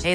Hey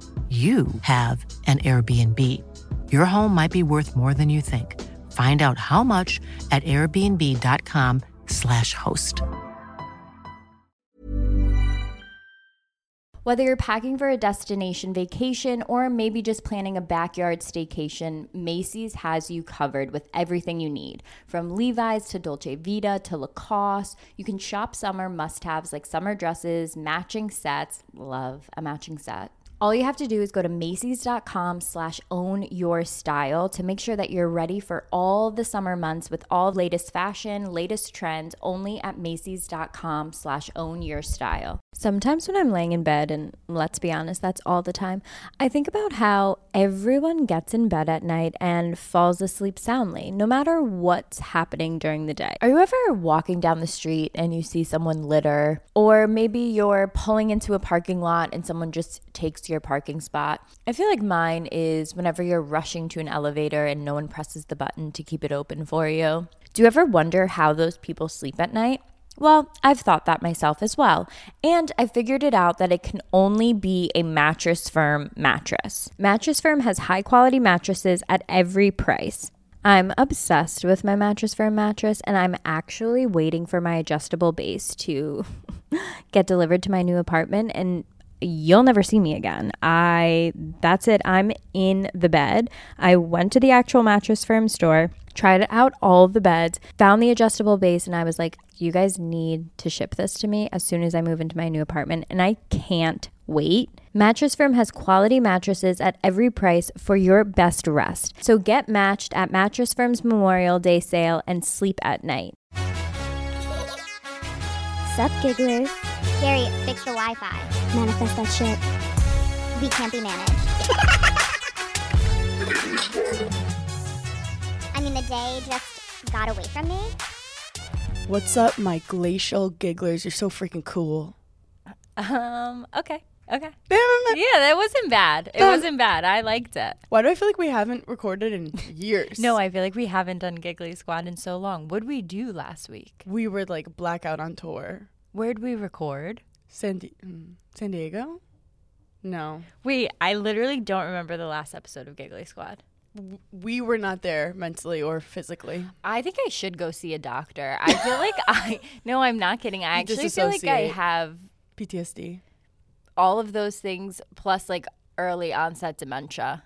you have an Airbnb. Your home might be worth more than you think. Find out how much at airbnb.com/slash host. Whether you're packing for a destination vacation or maybe just planning a backyard staycation, Macy's has you covered with everything you need. From Levi's to Dolce Vita to Lacoste, you can shop summer must haves like summer dresses, matching sets. Love a matching set. All you have to do is go to Macy's.com slash own your style to make sure that you're ready for all the summer months with all latest fashion, latest trends, only at Macy's.com slash own your style. Sometimes when I'm laying in bed, and let's be honest, that's all the time, I think about how everyone gets in bed at night and falls asleep soundly, no matter what's happening during the day. Are you ever walking down the street and you see someone litter? Or maybe you're pulling into a parking lot and someone just takes your parking spot. I feel like mine is whenever you're rushing to an elevator and no one presses the button to keep it open for you. Do you ever wonder how those people sleep at night? Well, I've thought that myself as well. And I figured it out that it can only be a Mattress Firm mattress. Mattress Firm has high quality mattresses at every price. I'm obsessed with my Mattress Firm mattress, and I'm actually waiting for my adjustable base to get delivered to my new apartment. And you'll never see me again. I that's it. I'm in the bed. I went to the actual mattress firm store, tried out all the beds, found the adjustable base and I was like, you guys need to ship this to me as soon as I move into my new apartment and I can't wait. Mattress Firm has quality mattresses at every price for your best rest. So get matched at Mattress Firm's Memorial Day sale and sleep at night. Sup, gigglers? Gary, fix the Wi-Fi. Manifest that shit. We can't be managed. I mean, the day just got away from me. What's up, my glacial gigglers? You're so freaking cool. Um, okay. Okay. Why Yeah, that wasn't bad. It wasn't bad. I liked it. do I feel like we haven't recorded in years? No, I feel like we haven't done Giggly Squad in so long. What would we do last week? we were like blackout on tour. Where'd we record? San, Di- mm, San Diego? No. Wait, I literally don't remember the last episode of Giggly Squad. We were not there mentally or physically. I think I should go see a doctor. I feel like I no, I'm not kidding. I You actually feel like I disassociate. have PTSD. all of those things plus like early onset dementia.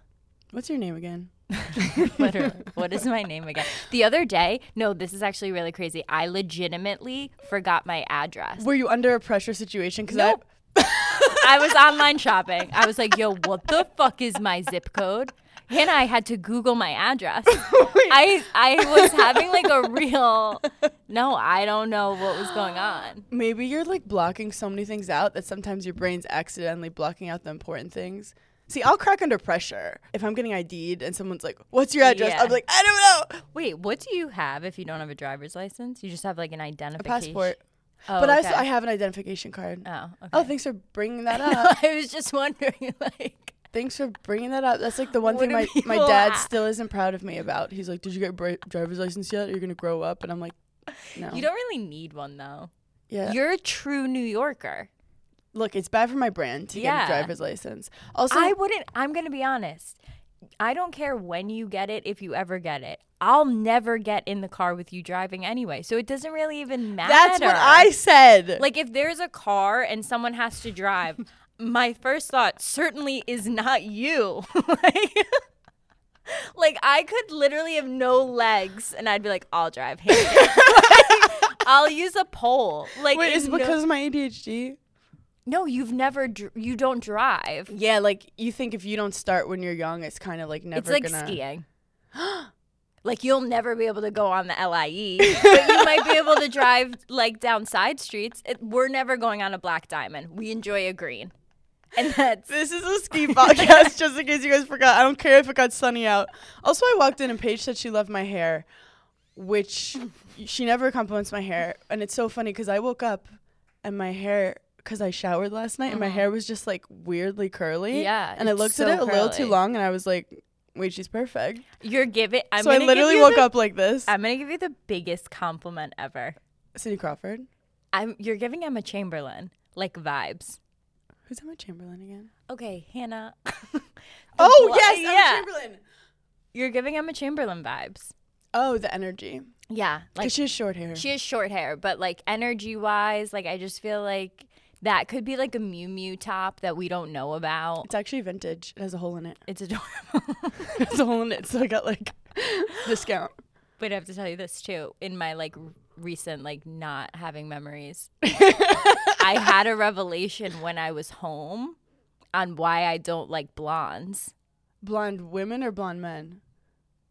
What's your name again? Literally. what is my name again? The other day, no, this is actually really crazy. I legitimately forgot my address. Were you under a pressure situation? Because Nope. I was online shopping. I was like, yo, what the fuck is my zip code? Hannah, I had to Google my address. I I was having like a real no, I don't know what was going on. maybe you're like blocking so many things out that sometimes your brain's accidentally blocking out the important things. See, I'll crack under pressure. If I'm getting ID'd and someone's like, What's your address? Yeah. I'll be like, I don't know. Wait, what do you have if you don't have a driver's license? You just have like an A identification. passport. Oh, but I, also, okay. I have an identification card. Oh, okay. Oh, thanks for bringing that up. I was just wondering, like, thanks for bringing that up. That's like the one What thing do my, my people dad have? still isn't proud of me about. He's like, Did you get a driver's license yet? Are you going to grow up? And I'm like, No. you don't really need one though. yeah. You're a true New Yorker. Look, it's bad for my brand to Yeah. get a driver's license. Also, I wouldn't. I'm going to be honest. I don't care when you get it, if you ever get it. I'll never get in the car with you driving anyway. So it doesn't really even matter. that's what I said. Like, if there's a car and someone has to drive, my first thought certainly is not you. like, like, I could literally have no legs and I'd be like, I'll drive. Hand it." Like, I'll use a pole. Like, Wait, is it no- because of my ADHD? no, you've never, dr- you don't drive. Yeah, like you think if you don't start when you're young, it's kind of like never. It's like gonna... skiing. like you'll never be able to go on the LIE, but you might be able to drive like down side streets. It, we're never going on a black diamond. We enjoy a green. And that's This is a ski podcast, just in case you guys forgot. I don't care if it got sunny out. Also, I walked in and Paige said she loved my hair, which she never compliments my hair. And it's so funny because I woke up and my hair, because I showered last night, and my hair was just like weirdly curly. Yeah, And I it's looked so at it a little too curly. long and I was like, wait, she's perfect. You're giving. I'm so I gonna give literally you woke the- up like this. I'm gonna give you the biggest compliment ever. Cindy Crawford. I'm. You're giving Emma Chamberlain like vibes. Who's Emma Chamberlain again? Okay, Hannah. Oh, blo- yes, yeah. Emma Chamberlain. You're giving Emma Chamberlain vibes. Oh, the energy. Yeah, Because like she has short hair. she has short hair, but like energy wise, like I just feel like that could be like a Mew Mew top that we don't know about. it's actually vintage. It has a hole in it. It's adorable. It's a hole in it, so I got like discount. But I have to tell you this too. In my like r- recent like not having memories, I had a revelation when I was home on why I don't like blondes. Blonde women or blonde men?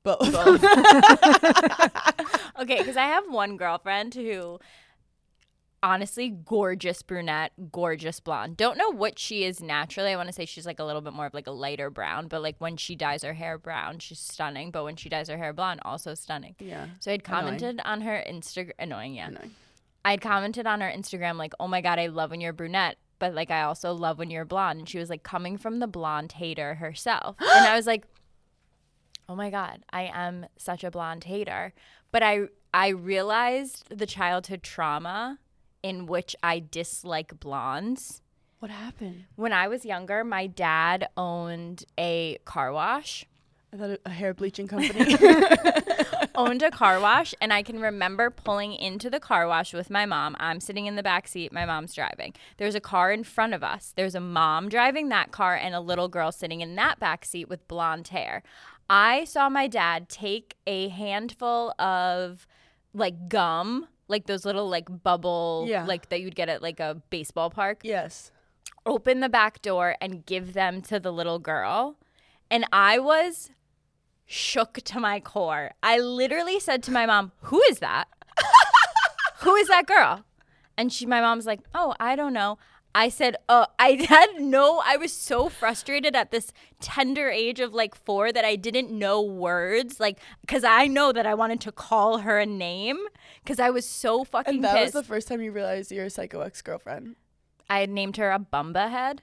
Both. Okay, because I have one girlfriend who, honestly, gorgeous brunette, gorgeous blonde. Don't know what she is naturally. I want to say she's like a little bit more of like a lighter brown, but like when she dyes her hair brown, she's stunning. But when she dyes her hair blonde, also stunning. yeah. So I'd Annoying. commented on her Instagram. Annoying, yeah. Annoying. I'd commented on her Instagram like, "Oh my god, I love when you're brunette." But like I also love when you're blonde, and she was like coming from the blonde hater herself, and I was like, "Oh my god, I am such a blonde hater." But I I realized the childhood trauma in which I dislike blondes. What happened? When I was younger, my dad owned a car wash, I thought a hair bleaching company. owned a car wash and I can remember pulling into the car wash with my mom. I'm sitting in the back seat, my mom's driving. There's a car in front of us. There's a mom driving that car and a little girl sitting in that back seat with blonde hair. I saw my dad take a handful of like gum, like those little like bubble Yeah. like that you'd get at like a baseball park yes. open the back door and give them to the little girl. And I was shook to my core. I literally said to my mom, Who is that? Who is that girl? And she, my mom's like, Oh, I don't know. I said, Oh, I had no, I was so frustrated at this tender age of like four that I didn't know words. Like, cause I know that I wanted to call her a name cause I was so fucking And that was pissed. the first time you realized you're a psycho ex girlfriend. I had named her a Bumba head.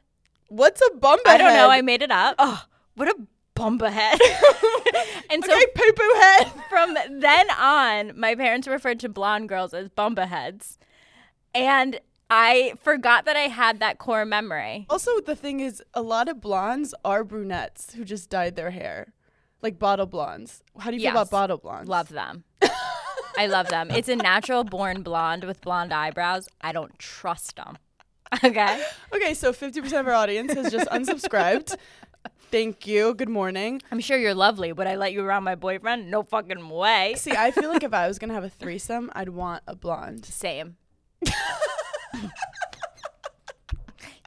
What's a bumba I don't know. I head? made it up. Oh, what a bumba head. and so okay, poo poo head. from then on, my parents referred to blonde girls as bumba heads. And I forgot that I had that core memory. Also, the thing is, a lot of blondes are brunettes who just dyed their hair, like bottle blondes. How do you Yes. feel about bottle blondes? Love them. I love them. It's a natural born blonde with blonde eyebrows. I don't trust them. Okay. Okay, so 50% of our audience has just unsubscribed. Thank you. Good morning. I'm sure you're lovely. Would I let you around my boyfriend? No fucking way. See, I feel like if I was going to have a threesome, I'd want a blonde. Same.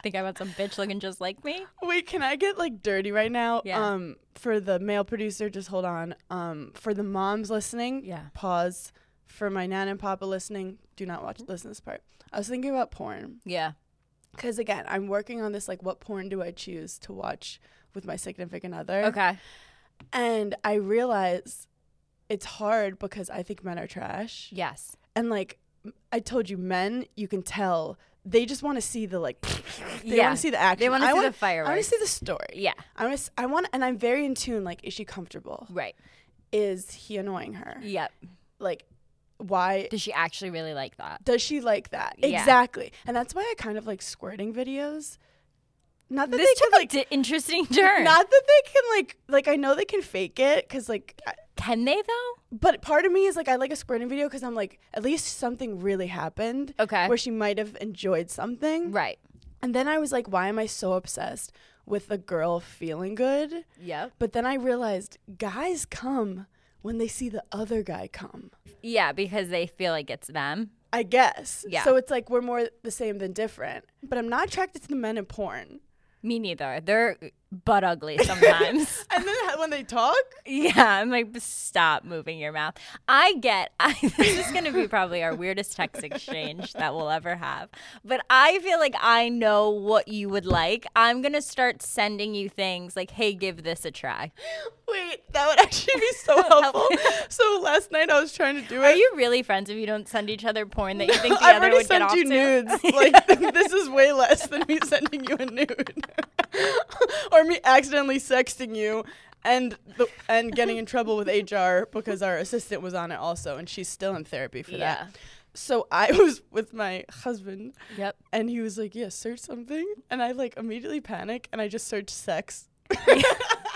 Think I want some bitch looking just like me? Wait, can I get like dirty right now? Yeah. Um, for the male producer, just hold on. Um, for the moms listening, Yeah. pause. For my nan and papa listening, do not watch listen to this part. I was thinking about porn. Yeah. Cause again, I'm working on this like what porn do I choose to watch with my significant other? Okay. And I realize it's hard because I think men are trash. Yes. and like m- I told you, men, you can tell they just want to see the like. They Yeah. want to see the action. They wanna I see the wanna- I want to fireworks. see the story. Yeah. I want. I want, and I'm very in tune. Like, is she comfortable? Right. Is he annoying her? Yep. Like, why Does she actually really like that? does she like that? Yeah. Exactly. And that's why I kind of like squirting videos. Not that This they took can like. an interesting turn. Not that they can like. Like I know they can fake it because like. I- Can they though? but part of me is like I like a squirting video because I'm like at least something really happened. Okay. Where she might have enjoyed something. Right. And then I was like, why am I so obsessed with a girl feeling good? Yep. But then I realized guys come when they see the other guy come. Yeah, because they feel like it's them. I guess. Yeah. So it's like we're more the same than different. But I'm not attracted to the men in porn. Me neither. They're but ugly sometimes. And then ha- when they talk, Yeah, I'm like, stop moving your mouth. I get, I, this is going to be probably our weirdest text exchange that we'll ever have. But I feel like I know what you would like. I'm going to start sending you things like, hey, give this a try. wait, that would actually be so helpful. so last night I was trying to do it. Are you really friends if you don't send each other porn that you think the I've other already would get sent off you to? nudes. Like this is way less than me sending you a nude, or me accidentally sexting you, and the, and getting in trouble with HR because our assistant was on it also, and she's still in therapy for Yeah. that. So I was with my husband, Yep. and he was like, "Yeah, search something," and I like immediately panic, and I just searched sex.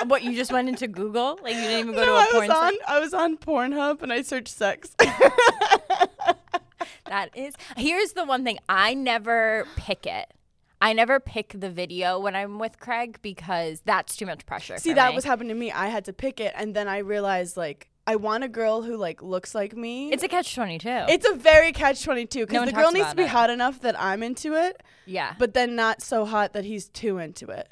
What, you just went into Google? Like, you didn't even go no, to a I porn was on site? I was on Pornhub, and I searched sex. That is. Here's the one thing I never pick it. I never pick the video when I'm with Craig because that's too much pressure. See, for that me. was happening to me. I had to pick it, and then I realized like I want a girl who like looks like me. It's a catch twenty two. it's a very catch twenty two No because one the talks girl needs about to be it. hot enough that I'm into it, yeah. But but then not so hot that he's too into it.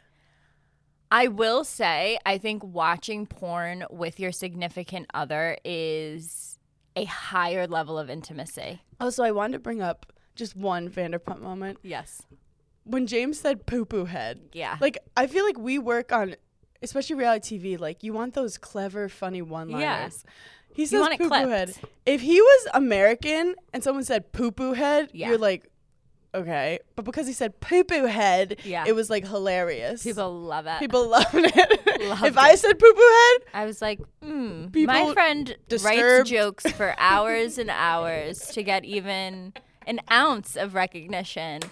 I will say, I think watching porn with your significant other is a higher level of intimacy. Also, Oh, I wanted to bring up just one Vanderpump moment Yes. when James said "poo poo head." Yeah. Like I feel like we work on, especially reality TV. Like you want those clever, funny one liners. He says want it "poo poo clipped. head." If he was American and someone said "poo poo head," Yeah. you're like, okay. But because he said "poo poo head," Yeah. it was like hilarious. People love it. people loved it. Loved if I it. said "poo poo head," I was like, hmm. My People friend disturbed. writes jokes for hours and hours to get even an ounce of recognition.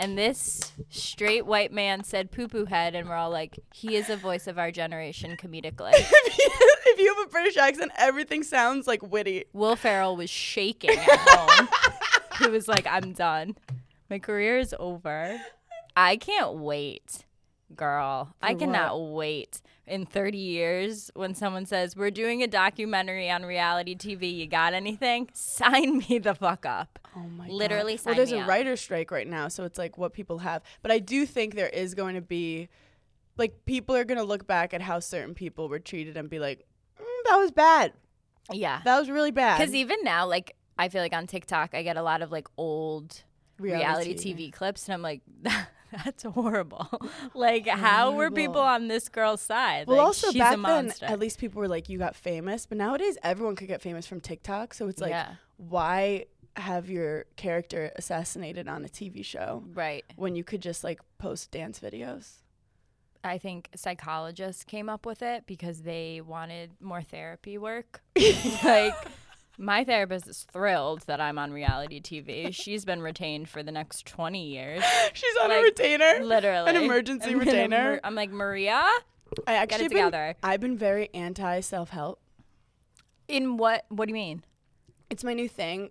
And this straight white man said poo poo head, and we're all like, he is a voice of our generation comedically. if you have a British accent, everything sounds like witty. Will Farrell was shaking at home. he was like, I'm done. My career is over. I can't wait, girl. I For cannot wait in 30 years when someone says, We're doing a documentary on reality TV. You got anything? Sign me the fuck up. Oh my God. Literally Well, sign there's me a up. writer's strike right now, so it's like what people have. But I do think there is going to be, like, people are going to look back at how certain people were treated and be like, mm, that was bad. Yeah. That was really bad. Because even now, like, I feel like on TikTok, I get a lot of like old reality, TV clips, and I'm like, that's horrible. like, how were people Horrible. on this girl's side? Well, like, also she's a back then, monster. at least people were like, you got famous. But nowadays, everyone could get famous from TikTok. So it's like, Yeah. why have your character assassinated on a TV show right. when you could just, like, post dance videos? I think psychologists came up with it because they wanted more therapy work. like my therapist is thrilled that I'm on reality TV. She's been retained for the next 20 years. She's on a Like, retainer. Literally. An emergency I'm gonna retainer. mer- I'm like, Maria, I actually it been- together. I've been very anti self help. in what? What do you mean? It's my new thing.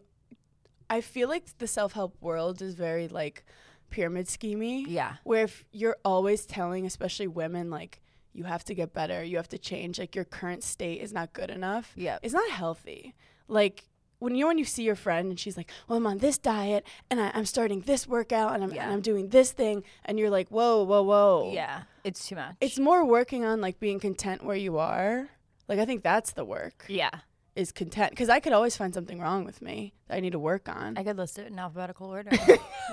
I feel like the self help world is very like pyramid schemey. Yeah. Where if you're always telling, especially women, like you have to get better, you have to change, like your current state is not good enough. Yep. It's not healthy. Like when you know when you see your friend and she's like, Well, I'm on this diet and I, I'm starting this workout and I'm Yeah. and I'm doing this thing and you're like, Whoa, whoa, whoa. Yeah, it's too much. Oh. It's more working on like being content where you are. Like I think that's the work yeah. is content because I could always find something wrong with me that I need to work on. I could list it in alphabetical order.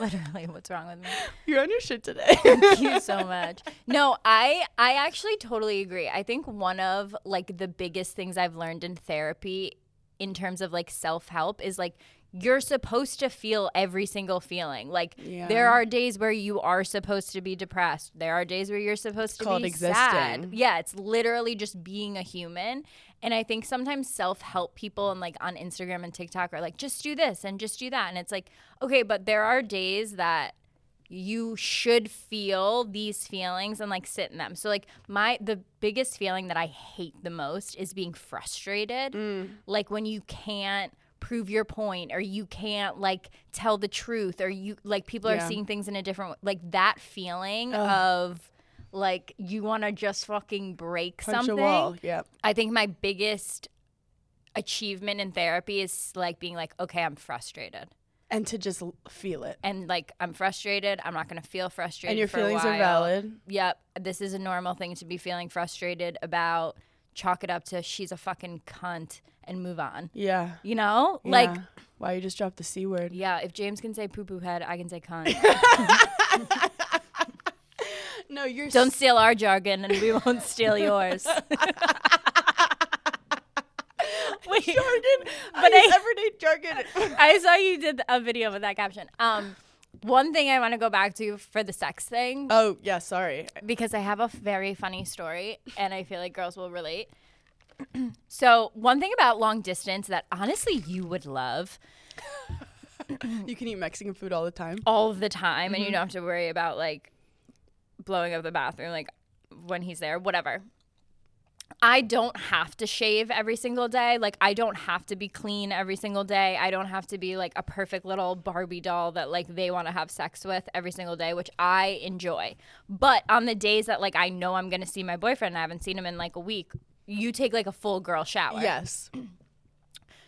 Literally, what's wrong with me? You're on your shit today. Thank you so much. No, I I actually totally agree. I think one of like the biggest things I've learned in therapy in terms of like self-help is like you're supposed to feel every single feeling. Like Yeah. there are days where you are supposed to be depressed. There are days where you're supposed to called be sad. existing. Yeah, it's literally just being a human. And I think sometimes self-help people and like on Instagram and TikTok are like just do this and just do that and it's like okay, but there are days that you should feel these feelings and like sit in them. So like my the biggest feeling that I hate the most is being frustrated. Mm. Like when you can't prove your point or you can't like tell the truth or you like people Yeah. are seeing things in a different way. Like that feeling of like you want to just fucking break Punch something. a wall. Yeah. I think my biggest achievement in therapy is like being like okay, I'm frustrated. and to just l- feel it. and like I'm frustrated. I'm not going to feel frustrated. And your for a feelings are while. valid. Yep, this is a normal thing to be feeling frustrated about. Chalk it up to she's a fucking cunt and move on. Yeah. You know, like Yeah. wow, you just dropped the c word. yeah. If James can say poo poo head, I can say cunt. No, you're Don't steal our jargon, and we won't steal yours. Wait, jargon, but but I, everyday jargon. I saw you did a video with that caption. Um, one thing I want to go back to for the sex thing oh yeah, sorry. because I have a very funny story and I feel like girls will relate. so, one thing about long distance that honestly you would love You can eat Mexican food all the time. all the time and you don't have to worry about like blowing up the bathroom like when he's there, whatever. I don't have to shave every single day. Like I don't have to be clean every single day. I don't have to be like a perfect little Barbie doll that like they want to have sex with every single day, which I enjoy. But on the days that like I know I'm going to see my boyfriend and I haven't seen him in like a week, you take like a full girl shower. Yes.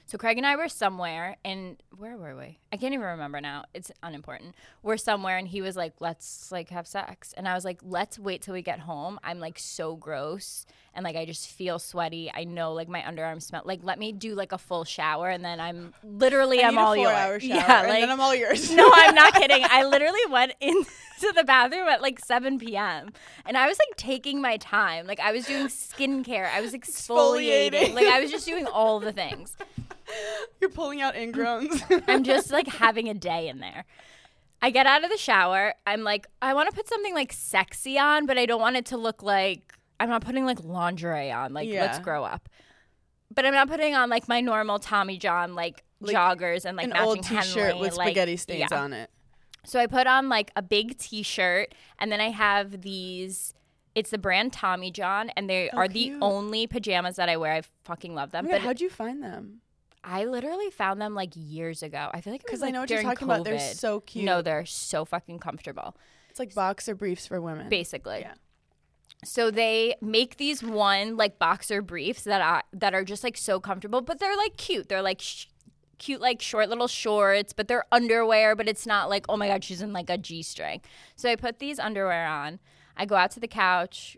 So Craig and I were somewhere, and where were we? I can't even remember now. It's unimportant. We're somewhere, and he was like, "Let's like have sex," and I was like, "Let's wait till we get home." I'm like so gross, and like I just feel sweaty. I know like my underarms smell. Like let me do like a full shower, and then I'm literally I I'm need a all yours. four-hour shower, yeah, and like then I'm all yours. no, I'm not kidding. I literally went into the bathroom at like 7 p.m. and I was like taking my time. Like I was doing skincare. I was exfoliating. Exfoliating. Like I was just doing all the things. You're pulling out ingrowns. I'm just like having a day in there. I get out of the shower. I'm like, I want to put something like sexy on, but I don't want it to look like I'm not putting like lingerie on. Like, let's Yeah. grow up. But I'm not putting on like my normal Tommy John like, Like, joggers and like An matching old T-shirt Henley, with like- spaghetti stains yeah. on it. So I put on like a big T-shirt, and then I have these. It's the brand Tommy John, and they How are cute. the only pajamas that I wear. I fucking love Oh them. my God, but how'd you find them? I literally found them like years ago. I feel like Because because I know what you're during talking COVID. about. They're so cute. No, they're so fucking comfortable, it's like boxer briefs for women. basically. Yeah. So they make these one like boxer briefs that I, that are just like so comfortable, but they're like cute. They're like sh- cute like short little shorts, but they're underwear, but it's not like oh my god, she's in like a g-string. So I put these underwear on. I go out to the couch.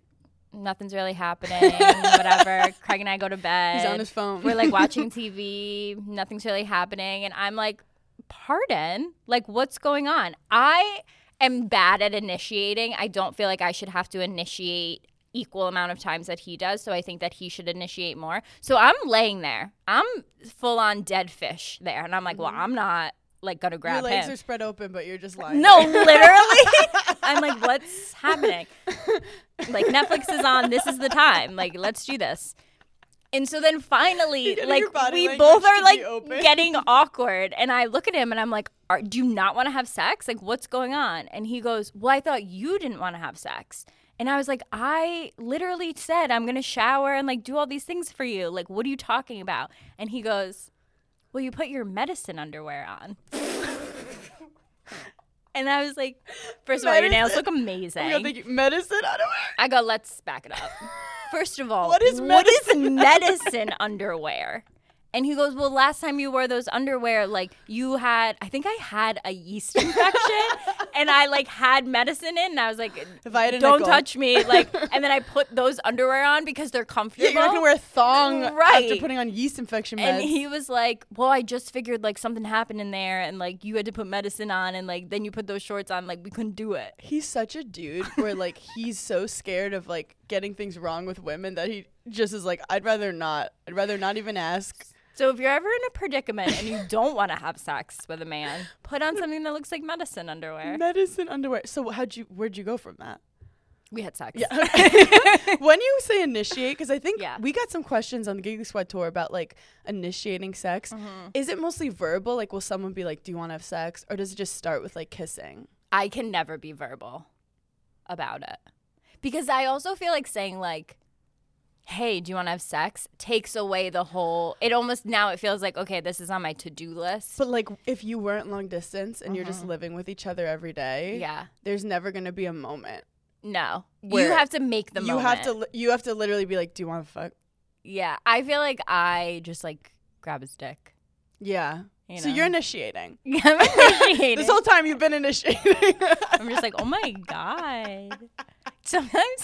Nothing's really happening. whatever. Craig and I go to bed. He's on his phone. We're like watching TV, nothing's really happening. And I'm like, pardon? Like, what's going on? I am bad at initiating. I don't feel like I should have to initiate equal amount of times that he does. So I think that he should initiate more. So I'm laying there. I'm full on dead fish there. And I'm like, well, I'm not like gonna grab Mm-hmm. Your legs him. are spread open, but you're just lying. No, literally. I'm like, what's happening? Like Netflix is on. This is the time. Like, let's do this. And so then finally, getting like your body we language both to are be like open. getting awkward, and I look at him and I'm like, are, "Do you not want to have sex? Like, what's going on?" And he goes, "Well, I thought you didn't want to have sex." And I was like, "I literally said I'm gonna shower and like do all these things for you. Like, what are you talking about?" And he goes, "Well, you put your medicine underwear on." And I was like, first of all, your nails look Oh You gotta amazing. think medicine underwear. I go, let's back it up. First of all, What is medicine? medicine underwear? And he goes, well, last time you wore those underwear, like you had, I think I had a yeast infection, and I like had medicine in, and I was like, If I had a don't nickel. touch me, like. And then I put those underwear on because they're comfortable. Yeah, you're not gonna wear a thong after Right. putting on yeast infection meds. And he was like, "Well, I just figured like something happened in there, and like you had to put medicine on, and like then you put those shorts on, like we couldn't do it." he's such a dude where like he's so scared of like getting things wrong with women that he just is like i'd rather not i'd rather not even ask So if you're ever in a predicament and you don't want to have sex with a man, put on something that looks like medicine underwear. medicine underwear so how'd you where'd you go from that We had sex. when you say initiate because i think Yeah. we got some questions on the giggly squad tour about like initiating sex is it mostly verbal like will someone be like do you want to have sex or does it just start with like kissing I can never be verbal about it. Because I also feel like saying like, "Hey, do you want to have sex?" takes away the whole it almost now it feels like, "Okay, this is on my to-do list." but like if you weren't long distance and you're just living with each other every day Yeah. there's never gonna be a moment No. Where you have to make the you moment. have to li- you have to literally be like do you want to fuck Yeah, I feel like I just like grab his dick. Yeah. You So know? you're initiating. I'm appreciating. This whole time you've been initiating. I'm just like, oh my god. Sometimes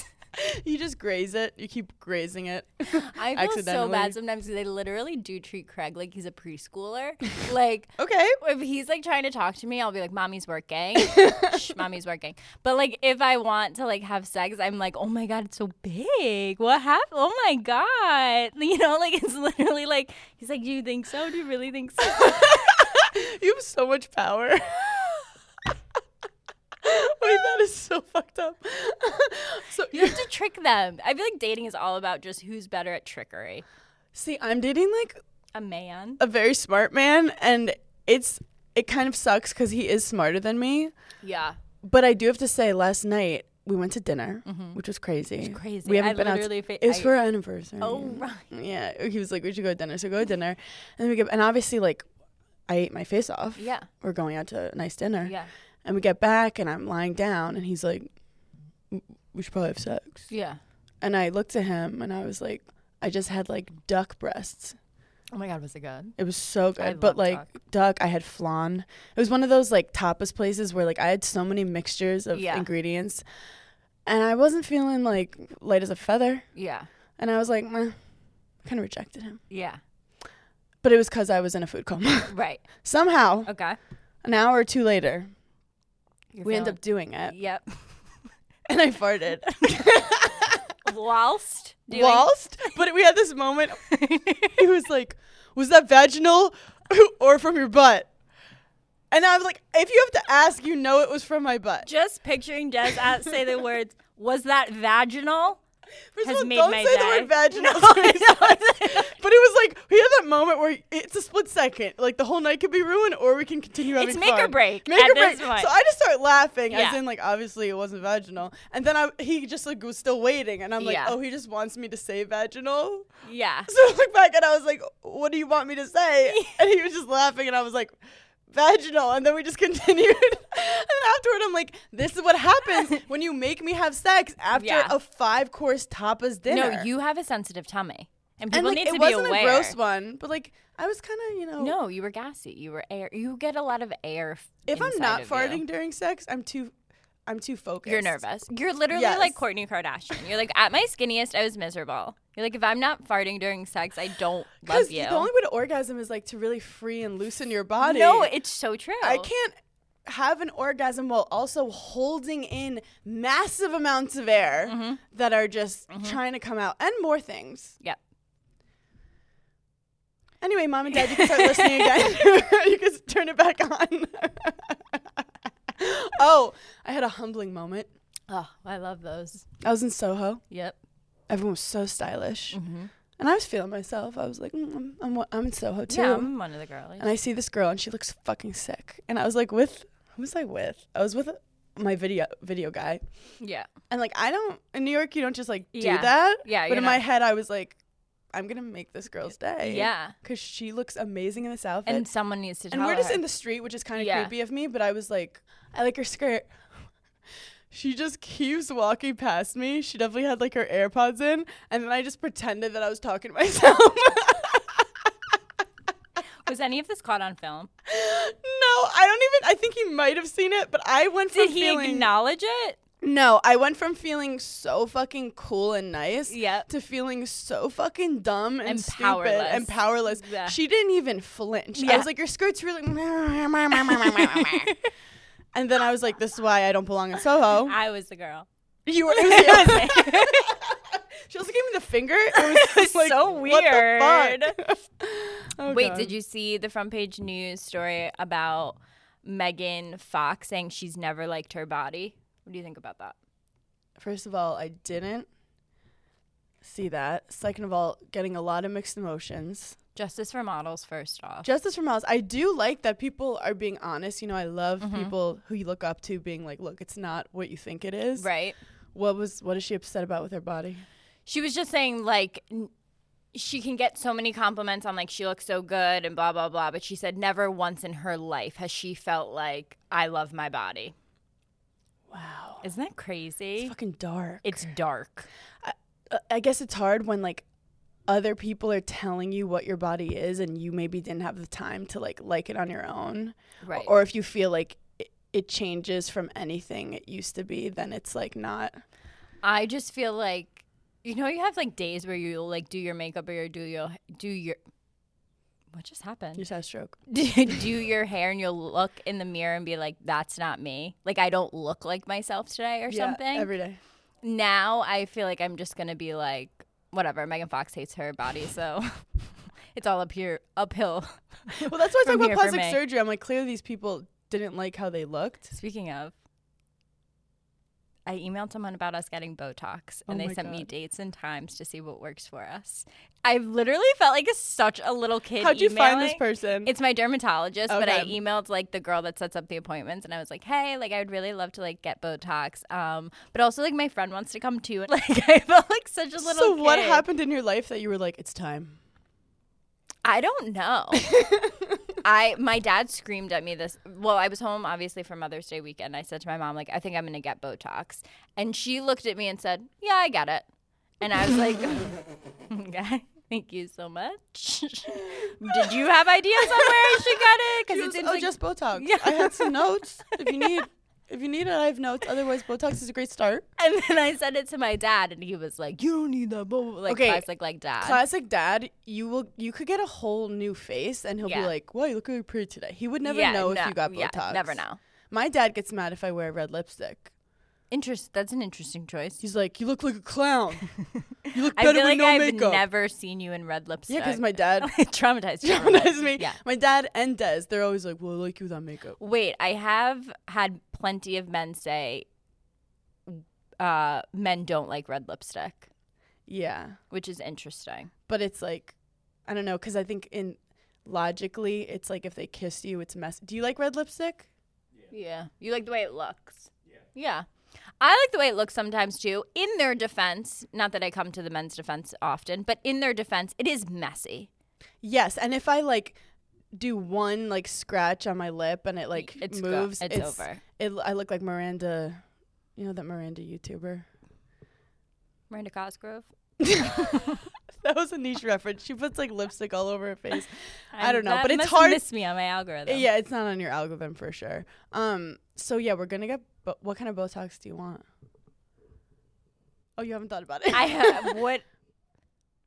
you just graze it. You keep grazing it. I feel so Accidentally. bad sometimes 'cause they literally do treat Craig like he's a preschooler. like Okay. if he's like trying to talk to me, I'll be like, "Mommy's working, Shh, mommy's working." But like if I want to like have sex, I'm like, "Oh my god, it's so big! What happened? Oh my god!" You know, like it's literally like he's like, "Do you think so? Do you really think so?" You have so much power. Wait, that is so fucked up. so you have to trick them. I feel like dating is all about just who's better at trickery. see, I'm dating like A man, a very smart man, and it's it kind of sucks because he is smarter than me. yeah, But I do have to say, last night we went to dinner, which was crazy. Mm-hmm. crazy. We haven't I been out. literally fa- it was I- for our anniversary. Oh, right. Yeah, he was like, "We should go to dinner." So go to dinner, and then we get. And obviously, like, I ate my face off. Yeah. We're going out to a nice dinner. yeah, And we get back, and I'm lying down, and he's like, "W- "We should probably have sex." yeah. And I looked at him, and I was like, "I just had like duck breasts. Oh my god, was it good? It was so good, I but love like duck. duck. I had flan. It was one of those like tapas places where like I had so many mixtures of Yeah. ingredients, and I wasn't feeling like light as a feather. Yeah, And I was like, Meh. I kind of rejected him, yeah, but it was because I was in a food coma. right. Somehow, Okay, an hour or two later, You're we end feeling- up doing it, Yep. and I farted Whilst doing whilst. But we had this moment. he was like, "Was that vaginal or from your butt?" And I was like, "If you have to ask, you know it was from my butt." just picturing Des at say the words, was that vaginal? First has of all, made don't my say day. the word vaginal. No, three I times. but it was like we had that moment where it's a split second. Like the whole night could be ruined, or we can continue having It's make or fun. break Make at or break. this point. So I just start laughing, as Yeah. in like obviously it wasn't vaginal. And then I he just like was still waiting, and I'm like, Yeah. oh, he just wants me to say vaginal. Yeah. So I look back and I was like, what do you want me to say? And he was just laughing, and I was like. Vaginal, and then we just continued. and afterward, I'm like, "This is what happens when you make me have sex after Yeah. a five course tapas dinner." No, you have a sensitive tummy. And and people like, need it to be wasn't aware. a gross one, but like I was kind of, you know, No, you were gassy. You were air. You get a lot of air. f- If I'm inside not of farting you. during sex, I'm too, I'm too focused. you're nervous. You're literally Yes. like Courtney Kardashian. You're like, at my skinniest, I was miserable. You're like, if I'm not farting during sex, I don't love Because you. the only way to orgasm is like to really free and loosen your body. no, it's so true. I can't have an orgasm while also holding in massive amounts of air Mm-hmm. that are just trying to come out and more things. Yep. Anyway, mom and dad, you can start listening again. you can s- turn it back on. oh, I had a humbling moment. Oh, I love those. I was in Soho. Yep. everyone was so stylish. Mm-hmm. And I was feeling myself. I was like, mm, I'm, I'm, wa- I'm in Soho too. Yeah, I'm one of the girlies. and I see this girl and she looks fucking sick. And I was like, with, who was I with? I was with my video video guy. yeah. And like, I don't, in New York, you don't just like do Yeah. that. Yeah, But you're in my not- head, I was like, I'm going to make this girl's day. Yeah. Because she looks amazing in this outfit. And someone needs to tell And we're just her. in the street, which is kind of Yeah. creepy of me, but I was like, I like her skirt. She just keeps walking past me. She definitely had like her AirPods in, and then I just pretended that I was talking to myself. Was any of this caught on film? no, I don't even. I think he might have seen it, but I went from Did he feeling acknowledge it? no, I went from feeling so fucking cool and nice, Yep. to feeling so fucking dumb and, And stupid powerless. and powerless. Yeah. She didn't even flinch. I Yeah. was like, "Your skirt's really," and then I was like, "This is why I don't belong in Soho." I was the girl. You were. It was, she also gave me the finger. It was like, so what the fuck? weird. Oh, Wait, God. did you see the front page news story about Megan Fox saying she's never liked her body? What do you think about that? First of all, I didn't see that. Second of all, getting a lot of mixed emotions. Justice for models, first off. Justice for Miles. I do like that people are being honest. You know, I love people who you look up to being like, "Look, it's not what you think it is." right. What was? What is she upset about with her body? She was just saying, like, n- she can get so many compliments on, like, she looks so good and blah, blah, blah. But she said never once in her life has she felt like, I love my body. Wow. Isn't that crazy? It's fucking dark. Uh, It's dark. I- I guess it's hard when like other people are telling you what your body is and you maybe didn't have the time to like like it on your own Right. or if you feel like it, it changes from anything it used to be then it's like not I just feel like you know you have like days where you like do your makeup or you do your do your what just you happened? just had a stroke do your hair and you'll look in the mirror and be like, that's not me. Like I don't look like myself today or Yeah, something. every day now I feel like I'm just gonna be like, whatever. Megan Fox hates her body, so it's all up here uphill. well that's why From i talk about here for plastic me. surgery i'm like clearly these people didn't like how they looked Speaking of, I emailed someone about us getting Botox, and Oh they my sent me God. dates and times to see what works for us. I literally felt like such a little kid. how'd you find this emailing. person It's my dermatologist, but I Okay. emailed like the girl that sets up the appointments, and I was like, "Hey, like I would really love to like get Botox, um, but also like my friend wants to come too." Like I felt like such a little. so what kid. happened in your life that you were like it's time I don't know. I my dad screamed at me this. Well, I was home obviously for Mother's Day weekend. I said to my mom like, "I think I'm going to get Botox," and she looked at me and said, "Yeah, I get it," and I was like, "Okay." Thank you so much. Did you have ideas on where I should get it? She Because it was, seems oh, like just botox Yeah. i had some notes if you need if you need it i have notes otherwise botox is a great start And then I sent it to my dad, and he was like, "You don't need that." Blah, blah, blah, like Okay. classic, like dad. classic dad you will you could get a whole new face and he'll be Yeah. like wow you look really pretty today he would never Yeah, know if no, you got yeah, botox never know. my dad gets mad if i wear red lipstick Interest. That's an interesting choice. he's like you look like a clown you look I better feel like with no I've makeup never seen you in red lipstick. yeah because my dad traumatized. traumatized me Yeah. my dad and des they're always like well i like you without makeup Wait, I have had plenty of men say uh, men don't like red lipstick, yeah which is interesting. but it's like i don't know because i think in logically it's like if they kiss you it's mess do you like red lipstick Yeah. You like the way it looks. Yeah. I like the way it looks sometimes too. In their defense, not that I come to the men's defense often, but in their defense, it is messy. yes and if i like do one like scratch on my lip and it like It's go- moves it's over. it, i look like miranda you know that miranda youtuber Miranda Cosgrove. that was a niche reference she puts like lipstick all over her face I don't know, that but it's must hard- Miss me on my algorithm. yeah it's not on your algorithm for sure um so yeah we're gonna get but what kind of botox do you want oh you haven't thought about it I have what,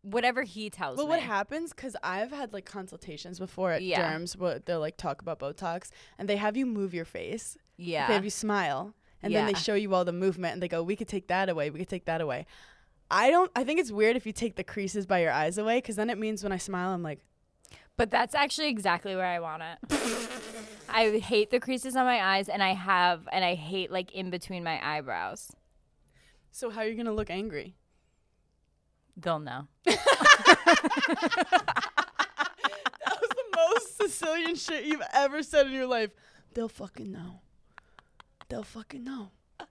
whatever he tells Well, me. what happens? Because I've had like consultations before at Yeah. derms where they'll like talk about Botox and they have you move your face, Yeah. they have you smile, and then Yeah. they show you all the movement and they go, "We could take that away. We could take that away." I don't. I think it's weird if you take the creases by your eyes away because then it means when I smile, I'm like, But that's actually exactly where I want it. I hate the creases on my eyes, and I have, and I hate like in between my eyebrows. "So how are you gonna look angry?" They'll know. That was the most Sicilian shit you've ever said in your life. They'll fucking know. They'll fucking know. Oh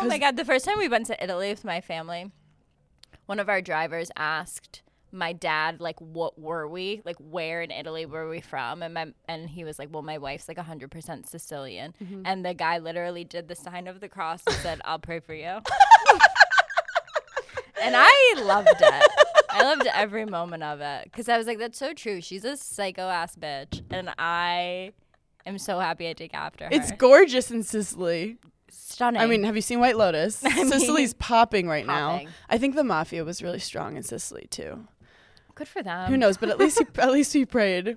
'Cause- my god! The first time we went to Italy with my family, one of our drivers asked my dad, like, "What were we? Like, where in Italy were we from?" And my and he was like, "Well, my wife's like 100% Sicilian," Mm-hmm. and the guy literally did the sign of the cross and said, "I'll pray for you." and I loved it. I loved every moment of it because I was like, "That's so true. She's a psycho ass bitch," and I am so happy I took after her. It's gorgeous in Sicily. stunning. I mean, have you seen White Lotus? Sicily's popping right popping. now. I think the mafia was really strong in Sicily too. good for them. Who knows? But at least he, at least he prayed.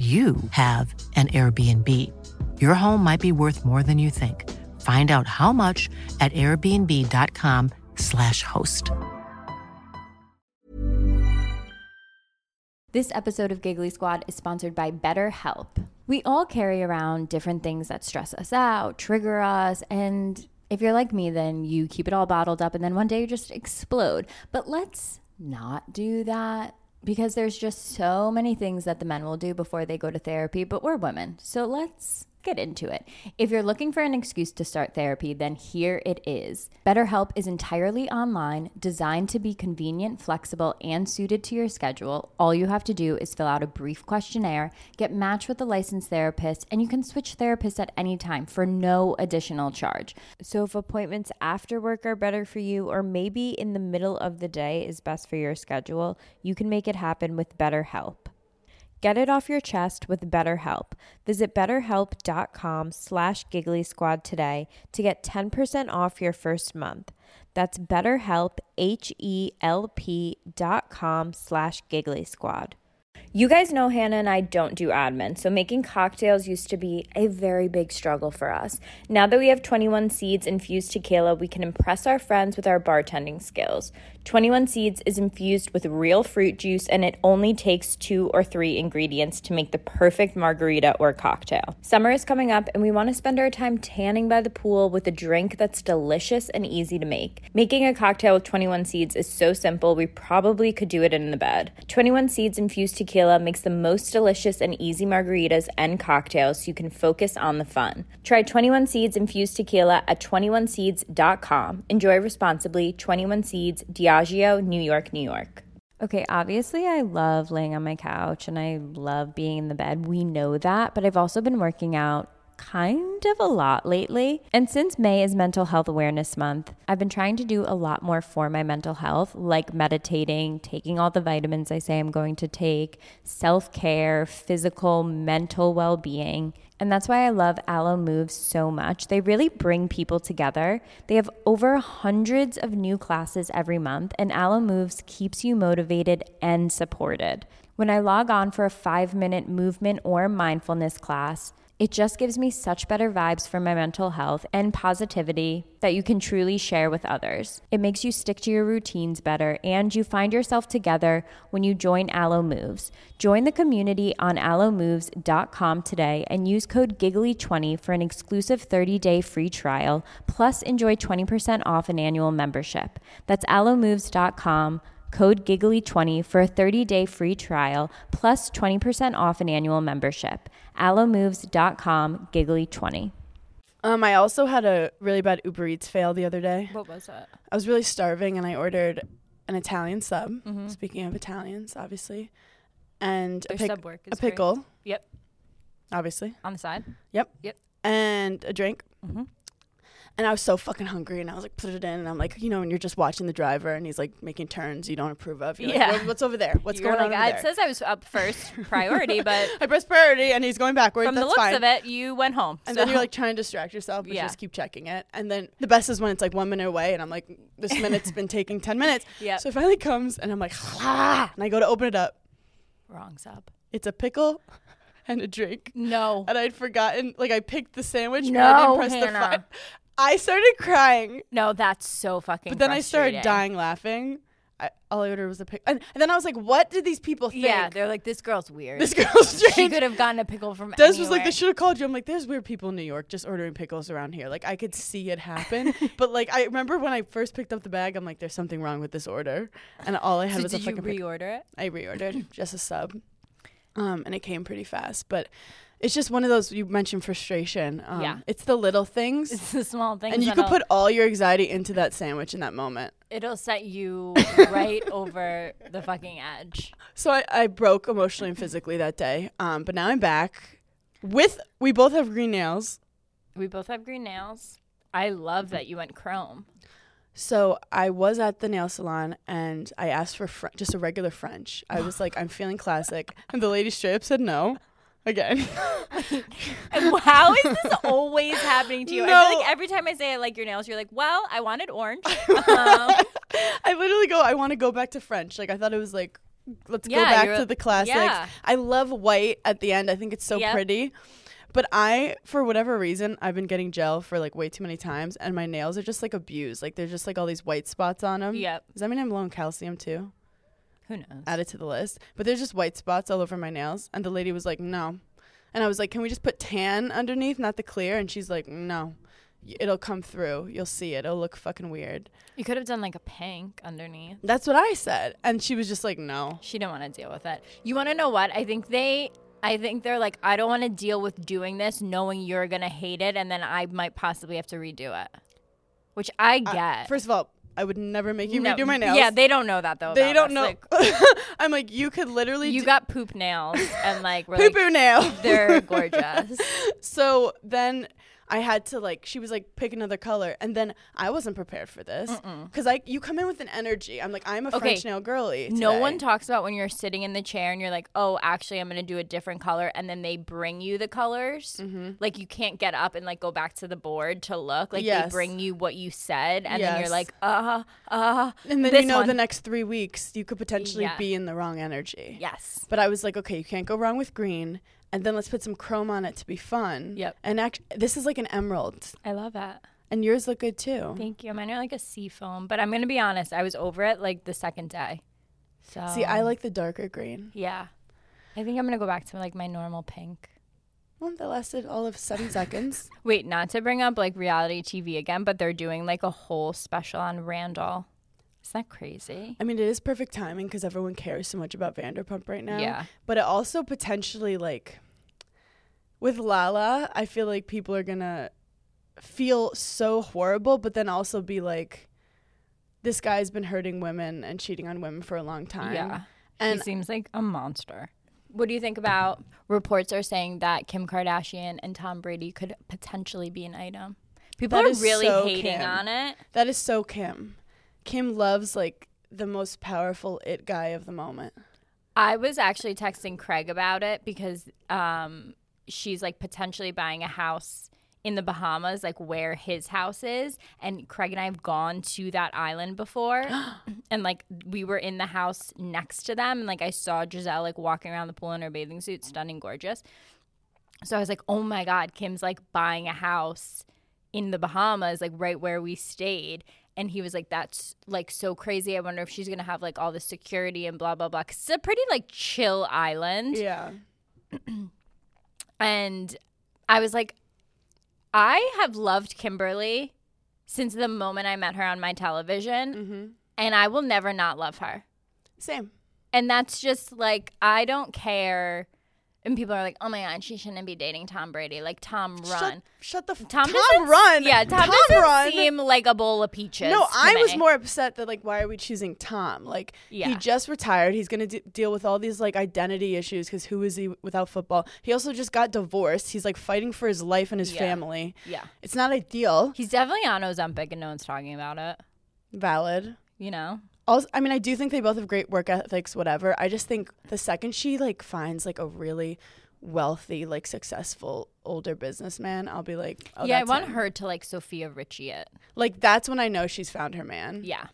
you have an Airbnb. Your home might be worth more than you think. Find out how much at airbnb.com/slash host. This episode of Giggly Squad is sponsored by BetterHelp. We all carry around different things that stress us out, trigger us, and If you're like me, then you keep it all bottled up and then one day you just explode. But let's not do that because there's just so many things that the men will do before they go to therapy, but we're women. So let's get into it. If you're looking for an excuse to start therapy, then here it is. BetterHelp is entirely online, designed to be convenient, flexible, and suited to your schedule. All you have to do is fill out a brief questionnaire, get matched with a licensed therapist, and you can switch therapists at any time for no additional charge. So, if appointments after work are better for you, or maybe in the middle of the day is best for your schedule, you can make it happen with BetterHelp. Get it off your chest with BetterHelp. Visit betterhelp.com slash giggly squad today to get 10% off your first month. That's betterhelp, H-E-L-P dot com slash giggly squad. You guys know Hannah and I don't do admin, so making cocktails used to be a very big struggle for us. Now that we have 21 Seeds infused tequila, we can impress our friends with our bartending skills. 21 Seeds is infused with real fruit juice, and it only takes two or three ingredients to make the perfect margarita or cocktail. Summer is coming up, and we want to spend our time tanning by the pool with a drink that's delicious and easy to make. Making a cocktail with 21 Seeds is so simple, we probably could do it in the bed. 21 Seeds infused tequila makes the most delicious and easy margaritas and cocktails so you can focus on the fun. Try 21 Seeds infused tequila at 21seeds.com. Enjoy responsibly. 21 Seeds, Diageo, New York, New York. Okay, obviously, I love laying on my couch and I love being in the bed. We know that, but I've also been working out kind of a lot lately. And since May is Mental Health Awareness Month, I've been trying to do a lot more for my mental health, like meditating, taking all the vitamins I say I'm going to take, self care, physical, mental well being. And that's why I love Allo Moves so much. They really bring people together. They have over hundreds of new classes every month, and Allo Moves keeps you motivated and supported. When I log on for a five minute movement or mindfulness class, it just gives me such better vibes for my mental health and positivity that you can truly share with others. It makes you stick to your routines better and you find yourself together when you join Allo Moves. Join the community on allomoves.com today and use code GIGGLY20 for an exclusive 30-day free trial plus enjoy 20% off an annual membership. That's allomoves.com code GIGGLY20 for a 30-day free trial plus 20% off an annual membership. allomoves.com giggly20. Um, I also had a really bad Uber Eats fail the other day. What was that? I was really starving and I ordered an Italian sub. Speaking of Italians, obviously, and a, Mm-hmm. Their pic- sub work a is great. pickle, Yep. obviously, On the side? and a drink. Mhm. And I was so fucking hungry, and I was like, put it in, and I'm like, you know, and you're just watching the driver, and he's like making turns you don't approve of. You're like, Yeah. "Well, what's over there? What's You're going like, on? "Ah, Over It there? says I was up first priority, but I press priority, and he's going backward. from the That's looks fine. of it, you went home. And so. then you're like trying to distract yourself, but you Yeah. just keep checking it. And then the best is when it's like one minute away, and I'm like, this minute's been taking 10 minutes. Yep. So it finally comes, and I'm like, "Ah," and I go to open it up. wrong sub. It's a pickle and a drink. No. And I'd forgotten, like, I picked the sandwich, No, but I didn't press the Hannah. button. I started crying, No, that's so fucking but then I started frustrating. dying laughing. I, all I ordered was a pickle. And, and then I was like, what did these people think? Yeah, they're like, this girl's weird. this girl's she strange. could have gotten a pickle from Des was like, they anywhere. should have called you. I'm like, there's weird people in New York just ordering pickles around here. Like, I could see it happen. but, like, I remember when I first picked up the bag, I'm like, there's something wrong with this order. And all I had So was did a you fucking pickle. reorder it? I reordered just a sub, um, and it came pretty fast. But it's just one of those you mentioned frustration. Um, Yeah. it's the little things, It's the small things. and you could that'll- put all your anxiety into that sandwich in that moment. it'll set you right over the fucking edge. So I, I broke emotionally and physically that day. Um, but now I'm back. With we both have green nails, We both have green nails. I love that you went chrome. so I was at the nail salon and I asked for fr- just a regular French. I was like, I'm feeling classic, and the lady straight up said no. Again, And How is this always happening to you? I feel No. like every time I say I like your nails, you're like, well, I wanted orange. Um, I literally go, I want to go back to French. Like I thought it was like let's go Yeah, back you're- to the classics. yeah. I love white at the end. I think it's so Yep. pretty. But I for whatever reason I've been getting gel for like way too many times and my nails are just like abused. Like there's just like all these white spots on them. Yep. Does that mean I'm low in calcium too? Who knows? Add it to the list. But there's just white spots all over my nails and the lady was like, "No." And I was like, "Can we just put tan underneath, not the clear?" And she's like, "No." y- it'll come through. You'll see it. It'll look fucking weird. You could have done like a pink underneath. That's what I said. And she was just like, no. She didn't want to deal with it. You want to know what? I think they. I think they're like, I don't want to deal with doing this, knowing you're gonna hate it, and then I might possibly have to redo it, which I get. I- first of all, I would never make Uh, you No, redo my nails. Yeah, they don't know that though. They about don't us. know. Like, I'm like, you could literally you do got poop nails, and like we're poo like, poo nail. they're gorgeous. So then I had to like she was like pick another color and then I wasn't prepared for this cuz like you come in with an energy. I'm like I'm a Okay. French nail girly. No today. one talks about when you're sitting in the chair and you're like, oh, actually, I'm going to do a different color. And then they bring you the colors. Mm-hmm. Like, you can't get up and like go back to the board to look. Like, Yes. they bring you what you said. And then Yes. you're like, uh, uh. and then this you know the one. next 3 weeks you could potentially Yeah. be in the wrong energy. Yes. But I was like okay, you can't go wrong with green and then let's put some chrome on it to be fun. Yep. And act- this is like an emerald I love that. and yours look good too. Thank you. Mine are like a sea foam. But I'm going to be honest, I was over it like the second day. So, See, I like the darker green. yeah. I think I'm going to go back to like my normal pink. One that lasted all of 7 seconds. Wait, not to bring up like reality TV again, but they're doing like a whole special on Randall. Is that crazy? I mean, it is perfect timing because everyone cares so much about Vanderpump right now. Yeah. But it also potentially, like, with Lala, I feel like people are going to feel so horrible, but then also be like, this guy's been hurting women and cheating on women for a long time. Yeah. And he seems like a monster. What do you think about reports are saying that Kim Kardashian and Tom Brady could potentially be an item? People That are is really so hating Kim. on it. that is so Kim. Kim loves, like, the most powerful it guy of the moment. I was actually texting Craig about it because um, she's like potentially buying a house in the Bahamas, like where his house is. And Craig and I have gone to that island before. and like we were in the house next to them. And like I saw Giselle like walking around the pool in her bathing suit, stunning, gorgeous. So I was like, oh my God, Kim's like buying a house in the Bahamas, like right where we stayed. And he was like, that's like so crazy. I wonder if she's going to have like all the security and blah, blah, blah. 'Cause it's a pretty like chill island. Yeah. And I was like, I have loved Kimberly since the moment I met her on my television. Mm-hmm. And I will never not love her. Same. And that's just like, I don't care. And people are like, oh my God, she shouldn't be dating Tom Brady. Like, Tom, run. Shut, shut the f- Tom, Tom doesn't- run. Yeah, Tom, doesn't seem like a bowl of peaches. No, to I was me. more upset that like, why are we choosing Tom? Like, he Yeah. just retired. He's gonna de- deal with all these like identity issues because who is he without football? He also just got divorced. He's like fighting for his life and his Yeah. family. Yeah, It's not ideal. he's definitely on Ozempic, and no one's talking about it. Valid. You know, Also, I mean, I do think they both have great work ethics. Whatever. I just think the second she like finds like a really wealthy, like successful older businessman, I'll be like, oh, yeah, I that's want him. her to like Sophia Richie it. Like that's when I know she's found her man. Yeah,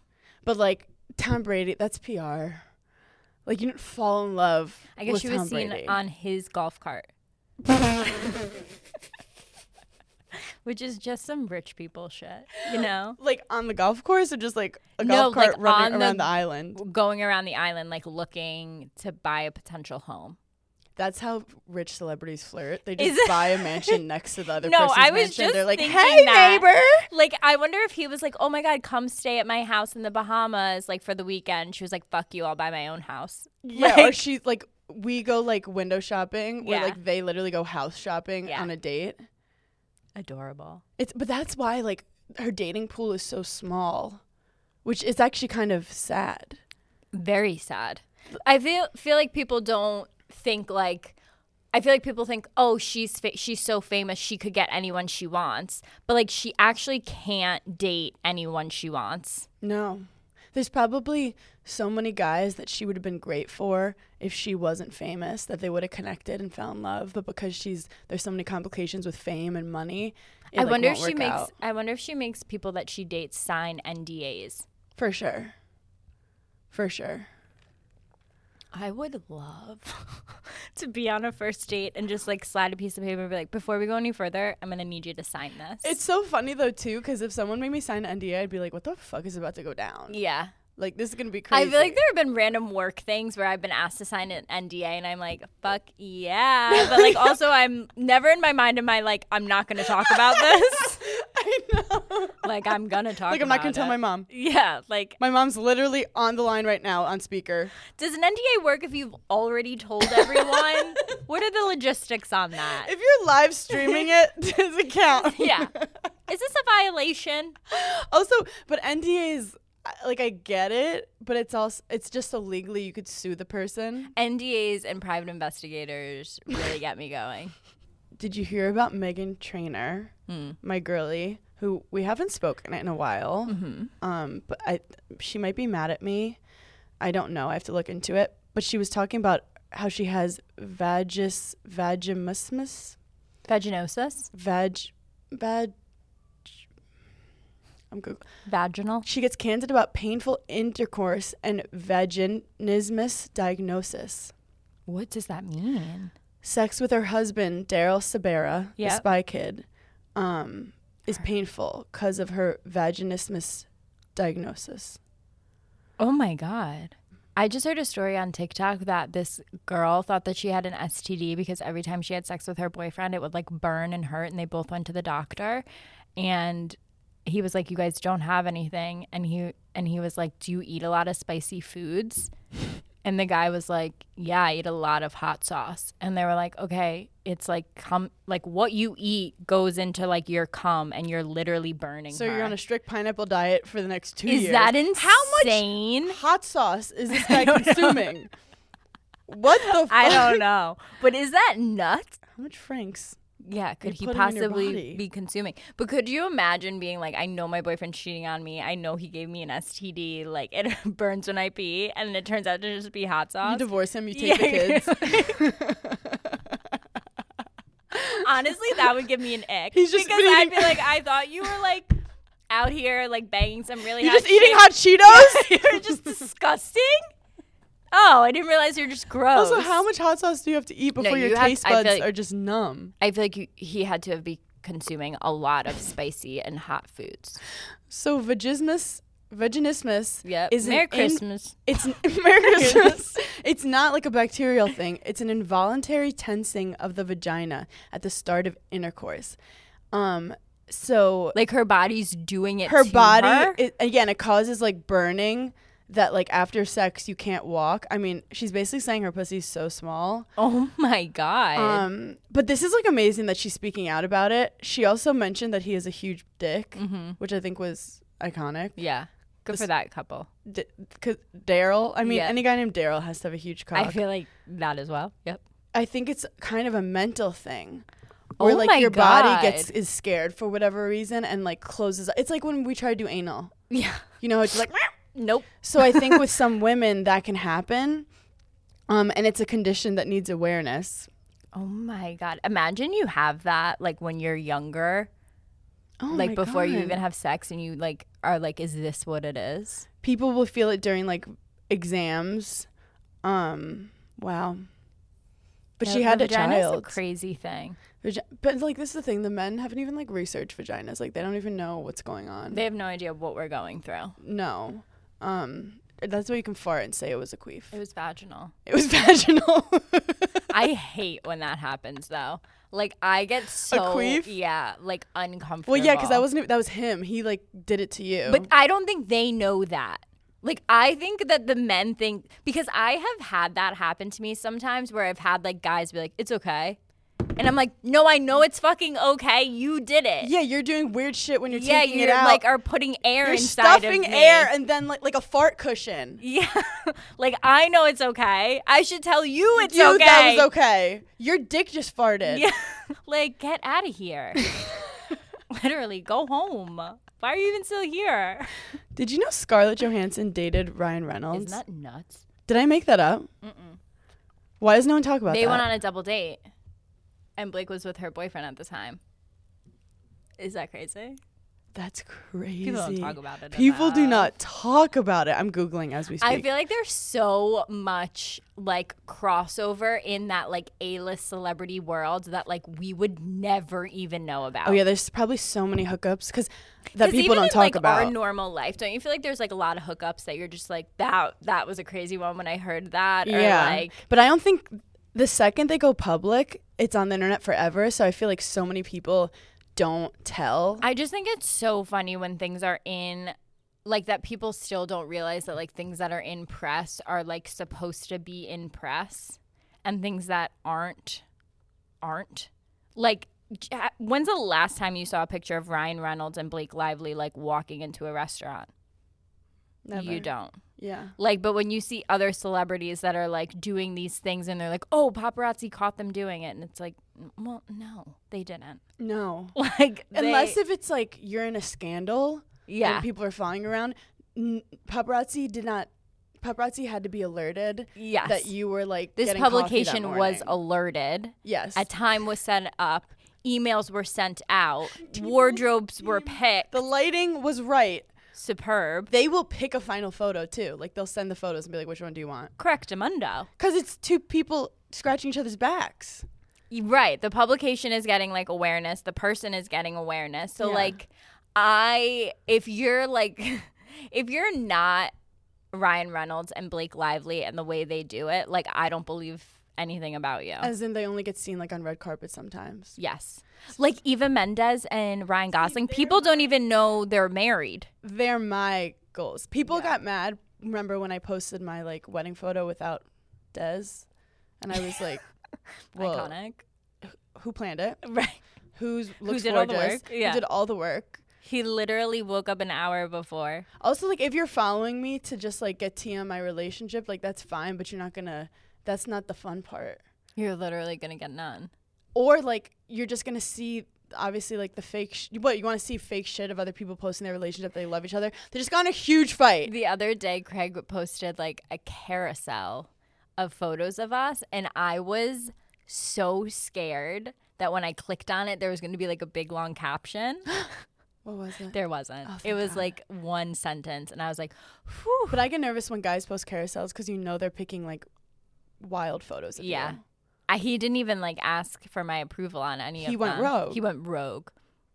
But like Tom Brady, that's PR. Like you didn't fall in love. I guess with she was Tom seen Brady. on his golf cart, which is just some rich people shit. You know, like on the golf course, or just like a No, golf cart like, running on around the- the island. going around the island like looking to buy a potential home. That's how rich celebrities flirt. They Is just it- buy a mansion next to the other No, person's I was mansion. just They're like, thinking "Hey, that." neighbor." Like, I wonder if he was like, "Oh my god, come stay at my house in the Bahamas, like for the weekend." She was like, "Fuck you, I'll buy my own house." Yeah, or she's like, we go like window shopping, where Yeah. like they literally go house shopping Yeah. on a date. Adorable. It's but that's why like her dating pool is so small, which is actually kind of sad. very sad. I feel feel like people don't think like I feel like people think, "Oh, she's fa- she's so famous, she could get anyone she wants." But like she actually can't date anyone she wants. No. There's probably so many guys that she would have been great for if she wasn't famous that they would have connected and fell in love, but because she's there's so many complications with fame and money. it, I like, wonder if won't she work makes out. I wonder if she makes people that she dates sign NDAs. for sure. For sure. I would love to be on a first date and just like slide a piece of paper and be like, "Before we go any further, I'm going to need you to sign this." It's so funny though too cuz if someone made me sign an NDA I'd be like what the fuck is about to go down? yeah. Like this is going to be crazy. I feel like there have been random work things where I've been asked to sign an NDA and I'm like, fuck yeah. But like also I'm never in my mind am I like, I'm not gonna talk about this. I Like I'm gonna talk. Like I'm not gonna about tell it. my mom. Yeah, like My mom's literally on the line right now on speaker. does an NDA work if you've already told everyone? what are the logistics on that? If you're live streaming it, does it count? yeah. Is this a violation? Also, but NDAs I- like I get it, but it's also it's just so legally you could sue the person. NDAs and private investigators really get me going. Did you hear about Megan Trainer, my girly, who we haven't spoken in a while? Um, but I she might be mad at me. I don't know. I have to look into it. But she was talking about how she has vagis vagimismus Vaginosis? vag vag. I'm Googling. Vaginal? She gets candid about painful intercourse and vaginismus diagnosis. What does that mean? Sex with her husband, Daryl Sabera, Yep. the spy kid, um, is painful because of her vaginismus diagnosis. Oh my God. I just heard a story on TikTok that this girl thought that she had an STD because every time she had sex with her boyfriend, it would like burn and hurt, and they both went to the doctor. And he was like, "You guys don't have anything," and he and he was like, "Do you eat a lot of spicy foods?" And the guy was like, "Yeah, I eat a lot of hot sauce." And they were like, "Okay, it's like cum, like what you eat goes into like your cum, and you're literally burning." So you're her." on a strict pineapple diet for the next two is years. that How insane? much hot sauce is this guy consuming? What the fuck? I don't know. But is that nuts? How much Frank's? Yeah, could he put it in your possibly body. be consuming? But could you imagine being like, I know my boyfriend's cheating on me. I know he gave me an STD. Like, it burns when I pee. And it turns out to just be hot You sauce. divorce him, you take the kids. Honestly, that would give me an ick. He's just because been I'd eating- be like, I thought you were like out here, like banging some really You're hot just eating chick. hot Cheetos? You're just disgusting. Oh, I didn't realize you're just gross. Also, how much hot sauce do you have to eat before you your have- taste I feel buds like- are just numb? I feel like you, he had to have been consuming a lot of spicy and hot foods. So vagismus, vaginismus. Yep. Is an Merry in- Christmas. it's an- Merry Christmas. it's not like a bacterial thing. It's an involuntary tensing of the vagina at the start of intercourse. Um. So Like her body's doing it. her to body her? It, again, it causes like burning. That like after sex you can't walk. I mean, she's basically saying her pussy's so small. oh my god. Um, but this is like amazing that she's speaking out about it. She also mentioned that he has a huge dick, Mm-hmm. which I think was iconic. yeah. Good for that couple. D- cause Daryl. I mean, Yeah. any guy named Daryl has to have a huge cock. I feel like that as well. Yep. I think it's kind of a mental thing. Oh Where like my your God. body gets is scared for whatever reason and like closes. It's like when we try to do anal. Yeah. You know, it's like. "Meow." Nope. so I think with some women that can happen, um, and it's a condition that needs awareness. Oh my god. Imagine you have that like when you're younger, Oh like my before you God. even have sex and you like are like is this what it is? people will feel it during like exams. Um, wow. But she The had a vagina is child. a crazy thing. Vagi- but like this is the thing, the men haven't even like researched vaginas. Like they don't even know what's going on. They have no idea what we're going through. no. Um that's why you can fart and say it was a queef. It was vaginal. It was vaginal. I hate when that happens though. Like I get so queef? yeah, like uncomfortable. well, yeah, because that wasn't e, that was him. He like did it to you. But I don't think they know that. Like I think that the men think because I have had that happen to me sometimes where I've had like guys be like, "It's okay," and I'm like, "No, I know it's fucking okay. You did it. yeah, you're doing weird shit when you're yeah, taking you're it out. like are putting air you're inside stuffing of me. air and then like like a fart cushion. yeah, like I know it's okay. I should tell you it's You, okay. that was okay. Your dick just farted. Yeah, like get out of here. Literally, go home. Why are you even still here? Did you know Scarlett Johansson dated Ryan Reynolds? Isn't that nuts? Did I make that up? Why does no one talk about They that? went on a double date, and Blake was with her boyfriend at the time. Is that crazy? That's crazy. People don't talk about it. People do enough. not talk about it. I'm googling as we speak. I feel like there's so much like crossover in that like A-list celebrity world that like we would never even know about. oh yeah, there's probably so many hookups because that 'Cause people even don't in, talk like, about. our normal life. Don't you feel like there's like a lot of hookups that you're just like that that was a crazy one when I heard that or yeah, like but I don't think the second they go public, it's on the internet forever. So I feel like so many people don't tell. I just think it's so funny when things are in like that people still don't realize that like things that are in press are like supposed to be in press and things that aren't aren't like j- ha- when's the last time you saw a picture of Ryan Reynolds and Blake Lively like walking into a restaurant? You don't. Yeah. Like, but when you see other celebrities that are like doing these things and they're like, oh, paparazzi caught them doing it. And it's like, "Mm, well, no, they didn't. No. Like, they- Unless if it's like you're in a scandal yeah. and people are following you around, n- paparazzi did not. Paparazzi had to be alerted yes. that you were like this getting coffee that publication was morning. alerted. yes. A time was set up. Emails were sent out. Wardrobes were picked. the lighting was right. Superb. They will pick a final photo too. Like they'll send the photos and be like, "Which one do you want?" Correct, Amundo. Because it's two people scratching each other's backs. Right. The publication is getting like awareness. The person is getting awareness. So Yeah. like I if you're like if you're not Ryan Reynolds and Blake Lively and the way they do it, like I don't believe anything about you. As in, they only get seen like on red carpet sometimes. yes. Like Eva Mendes and Ryan Gosling, people don't even know they're married. They're my goals. People got mad. Remember when I posted my like wedding photo without Dez, and I was like, "Well, Iconic. who planned it? Right. Who's looks did all the gorgeous? work? Yeah. Who did all the work?" He literally woke up an hour before. Also, like, if you're following me to just like get tea on my relationship, like that's fine, but you're not gonna. That's not the fun part. You're literally gonna get none. Or like you're just gonna see obviously like the fake. Sh- what you want to see fake shit of other people posting their relationship. They love each other. They just got in a huge fight. The other day, Craig posted like a carousel of photos of us, and I was so scared that when I clicked on it, there was going to be like a big long caption. What was it? there wasn't. Oh, it was like one sentence, and I was like, "Whew." But I get nervous when guys post carousels because you know they're picking like wild photos. Of Yeah. you. I, he didn't even like ask for my approval on any He of went them. rogue. He went rogue.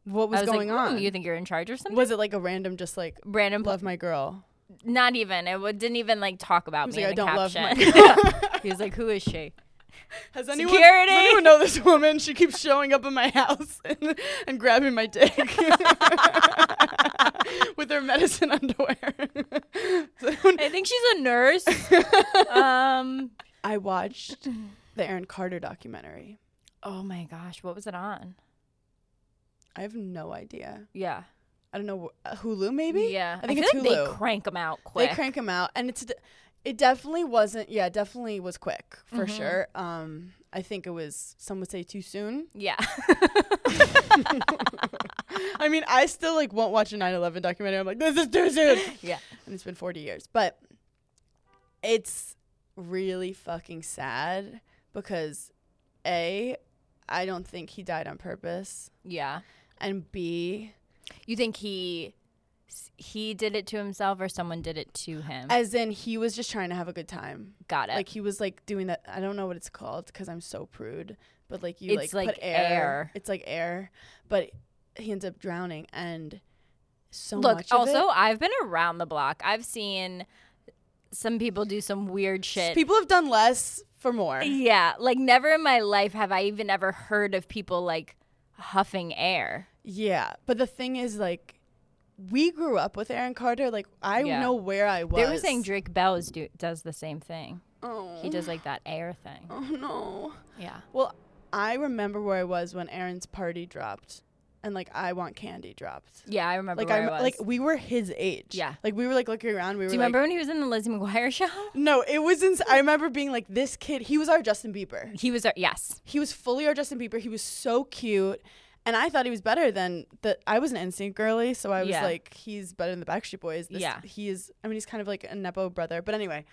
What was, I was going like, "Hmm, on? You think you're in charge or something? was it like a random just like Brandon, love my girl? not even. It w- didn't even like talk about was me like, in the "I don't love my- caption. Yeah. He was like, "Who is she?" Has anyone, Security! does anyone know this woman? She keeps showing up in my house and, and grabbing my dick with her medicine underwear. Does anyone- I think she's a nurse. um, I watched the Aaron Carter documentary. Oh my gosh, what was it on? I have no idea. Yeah. I don't know wh- uh, Hulu maybe. Yeah. I think feel it's like Hulu. they crank them out They quick. crank him out, and it's d- it definitely wasn't. Yeah, it definitely was quick for Mm-hmm. sure. Um, I think it was some would say too soon. yeah. I mean, I still like won't watch a 9/11 documentary. I'm like, this is too soon. Yeah. and it's been 40 years, but it's really fucking sad because a, I don't think he died on purpose, yeah. and b, You think he he did it to himself or someone did it to him? as in he was just trying to have a good time. Got it. Like he was like doing that. I don't know what it's called because I'm so prude. But like you It's like, like put air. air. It's like air. But he ends up drowning and so Look, much. of also it- I've been around the block. I've seen some people do some weird shit. people have done less for more. yeah, like never in my life have I even ever heard of people like huffing air. Yeah, but the thing is, like, we grew up with Aaron Carter. Like, I Yeah. know where I was. They were saying Drake Bell is do- does the same thing. Oh, He does like that air thing. oh no. Yeah. Well, I remember where I was when Aaron's party dropped, and like I want candy dropped. Yeah, I remember Like where I, I was. like we were his age. Yeah. Like we were like looking around. We were. Do you like, remember when he was in the Lizzie McGuire show? No, it was. Ins- I remember being like, this kid. He was our Justin Bieber. He was our yes. He was fully our Justin Bieber. He was so cute, and I thought he was better than the. I was an NSYNC girly, so I was Yeah. like, he's better than the Backstreet Boys. This, Yeah. he is. I mean, he's kind of like a nepo brother, but anyway.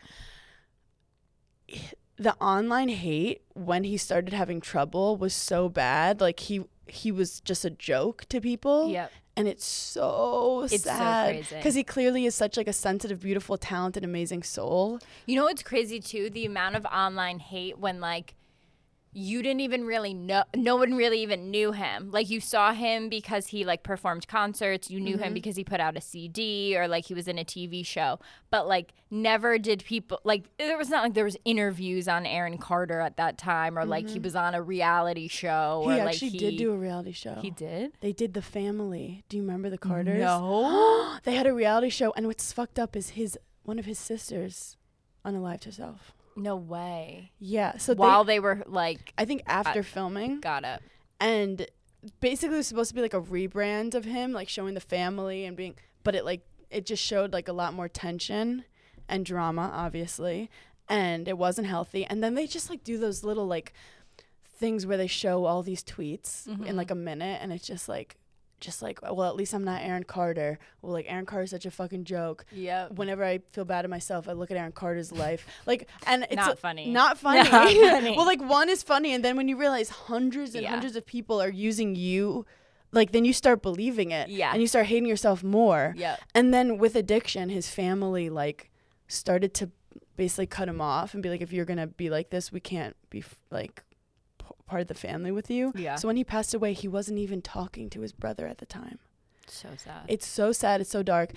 The online hate when he started having trouble was so bad. Like he he was just a joke to people. Yep. And it's so It's so sad crazy. because he clearly is such like a sensitive, beautiful, talented, amazing soul. You know what's crazy too? The amount of online hate when like you didn't even really know no one really even knew him like you saw him because he like performed concerts you knew Mm-hmm. him because he put out a cd or like he was in a tv show but like never did people like there was not like there was interviews on aaron carter at that time or like he was on a reality show Mm-hmm. He or like actually did do a reality show. he did They did The Family. Do you remember the Carters? no They had a reality show, and what's fucked up is his one of his sisters unalived herself. no way Yeah. So while they, they were like I think after filming, got up and basically it was supposed to be like a rebrand of him, like showing the family and being, but it like it just showed like a lot more tension and drama, obviously, and it wasn't healthy. And then they just like do those little like things where they show all these tweets in like a minute, and it's just like. Just like, well, at least I'm not Aaron Carter. Well, like Aaron Carter's such a fucking joke. Yep. Whenever I feel bad at myself, I look at Aaron Carter's life. Like, and it's Not like, funny. Not funny. funny. well, like one is funny, and then when you realize hundreds and Yeah. hundreds of people are using you, like then you start believing it, Yeah. and you start hating yourself more. Yep. And then with addiction, his family like started to basically cut him off and be like, if you're gonna be like this, we can't be f- like p- part of the family with you. Yeah. So when he passed away, he wasn't even talking to his brother at the time. so sad It's so sad. It's so dark.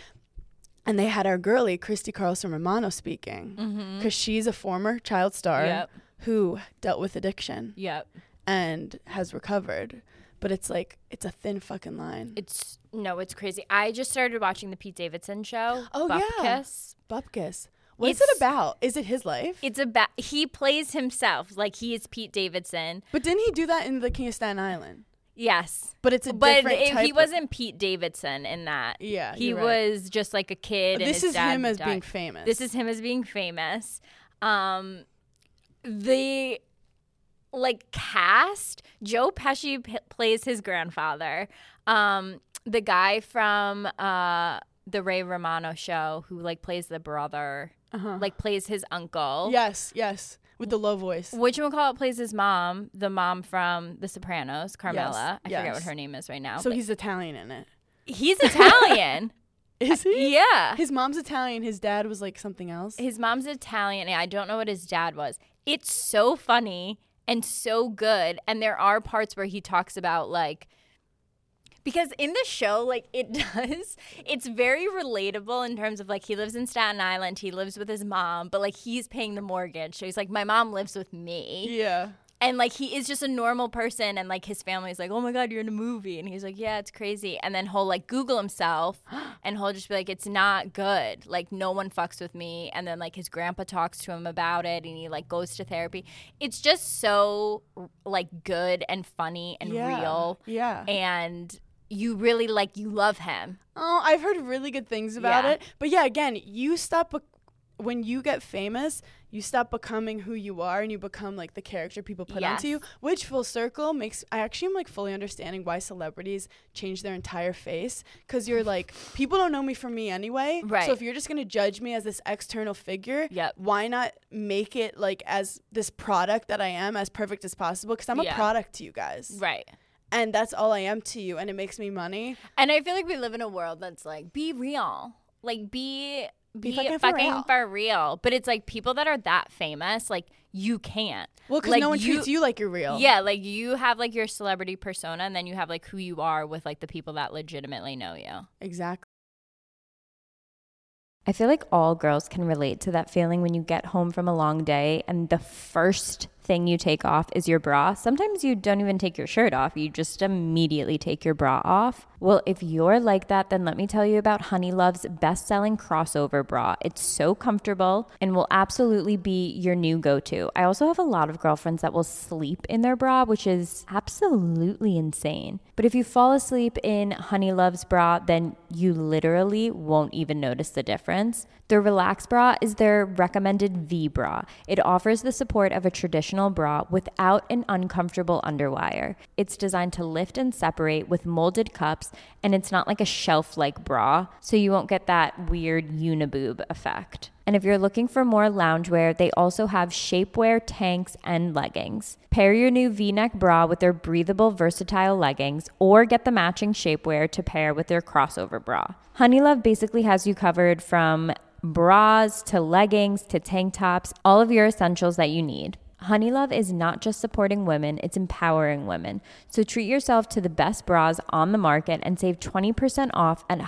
And they had our girly, Christy Carlson Romano, speaking because she's a former child star Mm-hmm. Yep. who dealt with addiction yep and has recovered. But it's like, it's a thin fucking line. It's no, it's crazy. I just started watching the Pete Davidson show. Oh, yeah. Bupkis. Bupkis. What is it It's- about? Is it his life? It's about he plays himself like he is Pete Davidson. But didn't he do that in The King of Staten Island? Yes. But it's a But different it- type he of- wasn't Pete Davidson in that. Yeah, he you're right. Uh, was just like a kid. and This his is dad him as died. being famous. This is him as being famous. Um, the like cast Joe Pesci p- plays his grandfather. Um, the guy from uh the Ray Romano show who like plays the brother, like plays his uncle. Uh-huh. Yes, yes. With the low voice. Which one call it plays his mom, the mom from The Sopranos, Carmela. I forget yes. what her name is right now. So but he's Italian in it. he's Italian. Is he? Uh, yeah. His mom's Italian. His dad was like something else. His mom's Italian, and I don't know what his dad was. It's so funny and so good. And there are parts where he talks about like because in the show, like it does, it's very relatable in terms of like he lives in Staten Island, he lives with his mom, but like he's paying the mortgage. So he's like, My mom lives with me. yeah. And like he is just a normal person and like his family's like, Oh my god, you're in a movie and he's like, Yeah, it's crazy and then he'll like Google himself and he'll just be like, It's not good. Like no one fucks with me and then like his grandpa talks to him about it and he like goes to therapy. It's just so like good and funny and Yeah. real. Yeah. And you really like you love him. Oh, I've heard really good things about Yeah. it. But yeah, again, you stop bec- when you get famous, you stop becoming who you are and you become like the character people put onto you, Yes. which full circle makes I actually am like fully understanding why celebrities change their entire face cuz you're like people don't know me for me anyway. Right. So if you're just going to judge me as this external figure, Yep. why not make it like as this product that I am as perfect as possible cuz I'm Yeah. a product to you guys. Right. And that's all I am to you and it makes me money. And I feel like we live in a world that's like, be real. Like be be, fucking fucking, for for, real. real. But it's like people that are that famous, like you can't. Well, cuz Like, no one treats you like you're real. Yeah, like you have like your celebrity persona and then you have like who you are with like the people that legitimately know you. Exactly. I feel like all girls can relate to that feeling when you get home from a long day and the first thing you take off is your bra. Sometimes you don't even take your shirt off, you just immediately take your bra off. Well, if you're like that, then let me tell you about Honey Love's best selling crossover bra. It's so comfortable and will absolutely be your new go to. I also have a lot of girlfriends that will sleep in their bra, which is absolutely insane. But if you fall asleep in Honey Love's bra, then you literally won't even notice the difference. Their Relax bra is their recommended V bra. It offers the support of a traditional bra without an uncomfortable underwire. It's designed to lift and separate with molded cups, and it's not like a shelf like bra, so you won't get that weird uniboob effect. And if you're looking for more loungewear, they also have shapewear, tanks, and leggings. Pair your new v neck bra with their breathable, versatile leggings, or get the matching shapewear to pair with their crossover bra. Honeylove basically has you covered from bras to leggings to tank tops, all of your essentials that you need. Honeylove is not just supporting women, it's empowering women. So treat yourself to the best bras on the market and save 20% off at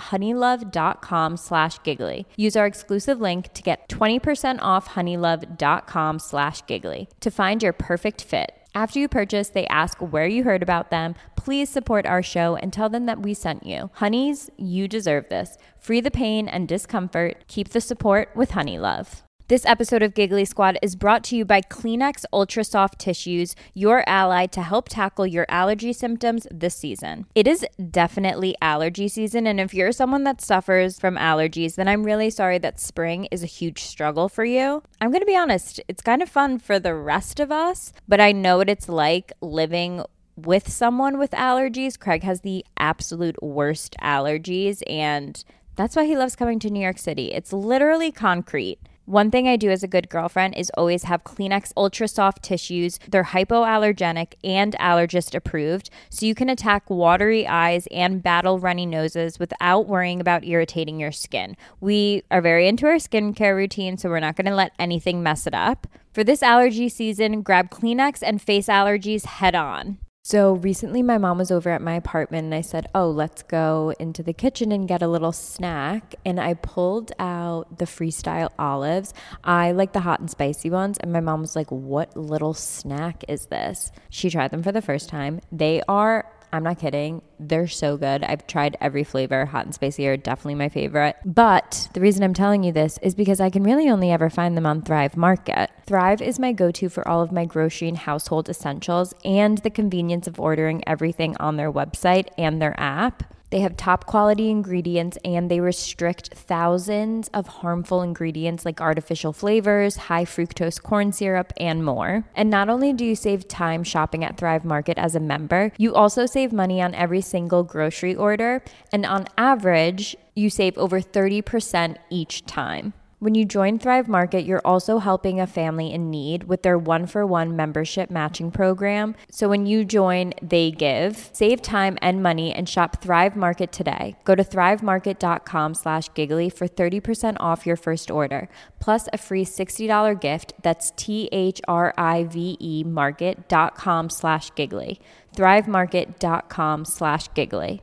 honeylove.com slash giggly. Use our exclusive link to get 20% off honeylove.com slash giggly to find your perfect fit. After you purchase, they ask where you heard about them. Please support our show and tell them that we sent you. Honeys, you deserve this. Free the pain and discomfort. Keep the support with Honey Love. This episode of Giggly Squad is brought to you by Kleenex Ultra Soft Tissues, your ally to help tackle your allergy symptoms this season. It is definitely allergy season, and if you're someone that suffers from allergies, then I'm really sorry that spring is a huge struggle for you. I'm going to be honest, it's kind of fun for the rest of us, but I know what it's like living with someone with allergies. Craig has the absolute worst allergies, and that's why he loves coming to New York City. It's literally concrete. One thing I do as a good girlfriend is always have Kleenex Ultra Soft tissues. They're hypoallergenic and allergist approved, so you can attack watery eyes and battle runny noses without worrying about irritating your skin. We are very into our skincare routine, so we're not going to let anything mess it up. For this allergy season, grab Kleenex and face allergies head on. So recently, my mom was over at my apartment and I said, Oh, let's go into the kitchen and get a little snack. And I pulled out the freestyle olives. I like the hot and spicy ones. And my mom was like, What little snack is this? She tried them for the first time. They are, I'm not kidding, they're so good. I've tried every flavor. Hot and spicy are definitely my favorite. But the reason I'm telling you this is because I can really only ever find them on Thrive Market. Thrive is my go to for all of my grocery and household essentials and the convenience of ordering everything on their website and their app. They have top quality ingredients and they restrict thousands of harmful ingredients like artificial flavors, high fructose corn syrup, and more. And not only do you save time shopping at Thrive Market as a member, you also save money on every single grocery order. And on average, you save over 30% each time. When you join Thrive Market, you're also helping a family in need with their one for one membership matching program. So when you join, they give. Save time and money and shop Thrive Market today. Go to thrivemarket.com slash giggly for 30% off your first order, plus a free $60 gift. That's T H R I V E market.com slash giggly. Thrivemarket.com slash giggly.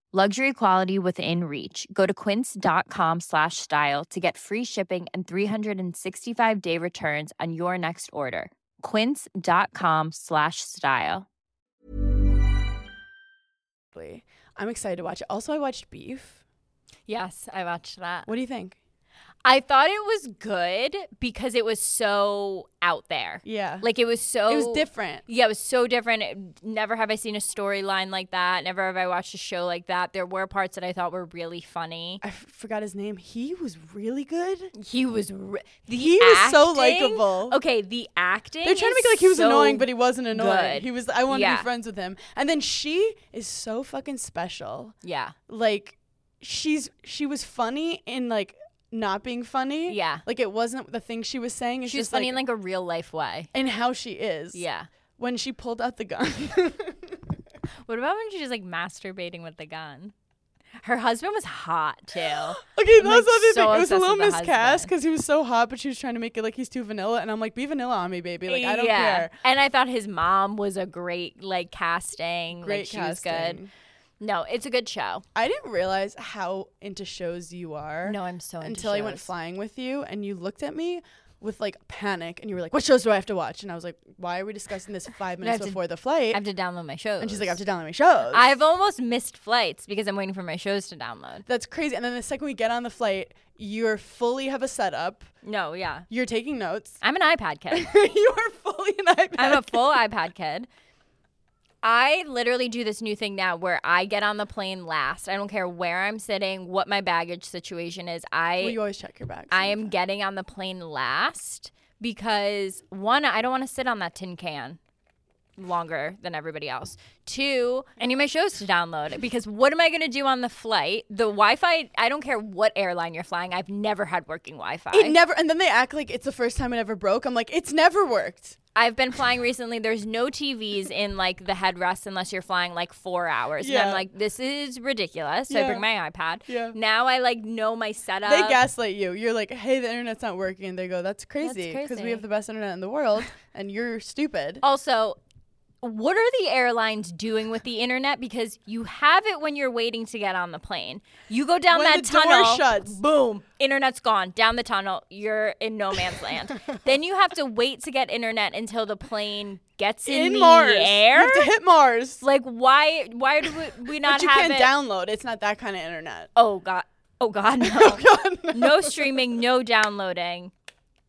Luxury quality within reach. Go to quince.com slash style to get free shipping and 365 day returns on your next order. Quince.com slash style. I'm excited to watch it. Also, I watched Beef. Yes, I watched that. What do you think? I thought it was good because it was so out there. Yeah. Like oh, it was so. it was different. Yeah, it was so different. It- Never have I seen a storyline like that. Never have I watched a show like that. There were parts that I thought were really funny. I f- forgot his name. He was really good. He was re- the He was so acting- likable. Okay, the acting. They're trying to is make it like he was so annoying, but he wasn't annoying. good. He was. I wanted to Yeah. be friends with him. And then she is so fucking special. Yeah, Like, she's she was funny in like not being funny. Yeah. Like it wasn't the thing she was saying. It's she was just, funny in like a real life way. and how she is. Yeah. When she pulled out the gun. What about when she's like masturbating with the gun? Her husband was hot too. Okay, I'm, that like, was the other so thing. It was a obsessed little with the miscast husband. because he was so hot, but she was trying to make it like he's too vanilla. And I'm like, be vanilla on me, baby. Like, I don't care. And I thought his mom was a great like casting. Great like she was casting. good. No, it's a good show. I didn't realize how into shows you are. No, I'm so into until I went shows. flying with you, and you looked at me with like panic, and you were like, "What shows do I have to watch?" And I was like, "Why are we discussing this five I have minutes to- before the I flight?" have to download my shows. and she's like, "I have to download my shows." I've almost missed flights because I'm waiting for my shows to download. That's crazy. And then the second we get on the flight, you're fully have a setup. No, yeah. You're taking notes. I'm an iPad kid. you are fully an iPad. I'm a full iPad kid. I literally do this new thing now where I get on the plane last. I don't care where I'm sitting, what my baggage situation is. I Well, you always check your bags. I am getting on the plane last because one, I don't want to sit on that tin can. longer than everybody else. Two, I need my shows to download because what am I going to do on the flight? The Wi Fi, I don't care what airline you're flying, I've never had working Wi Fi. It never, and then they act like it's the first time it ever broke. I'm like, it's never worked. I've been flying recently. There's no TVs in like the headrest unless you're flying like four hours. And Yeah. I'm like, this is ridiculous. So I Yeah. bring my iPad. Yeah. Now I like know my setup. They gaslight you. You're like, hey, the internet's not working. And they go, that's crazy. Because crazy. we have the best internet in the world and you're stupid. Also, what are the airlines doing with the internet? Because you have it when you're waiting to get on the plane. You go down when that the tunnel. door shuts, boom. internet's gone down the tunnel you're in no man's land then you have to wait to get internet until the plane gets in, In the Mars. air You have to hit Mars. like why why do we, we not but you have can't it download. It's not that kind of internet. oh god oh god no no streaming no downloading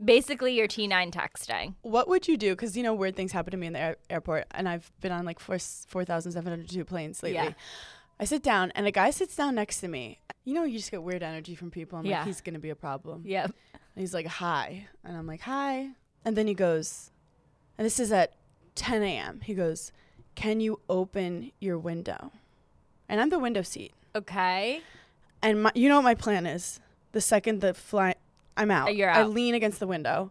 basically your t9 texting What would you do? Because you know weird things happen to me in the air- airport, and I've been on like four four thousand seven hundred two planes lately. Yeah. I sit down, and a guy sits down next to me. You know, you just get weird energy from people. I'm Yeah. like, he's gonna be a problem. yeah And he's like, hi, and I'm like, hi, and then he goes, and this is at 10 a.m. He goes, can you open your window? And I'm the window seat, okay and my, you know what my plan is. The second the fly, I'm out. You're I out. lean against the window,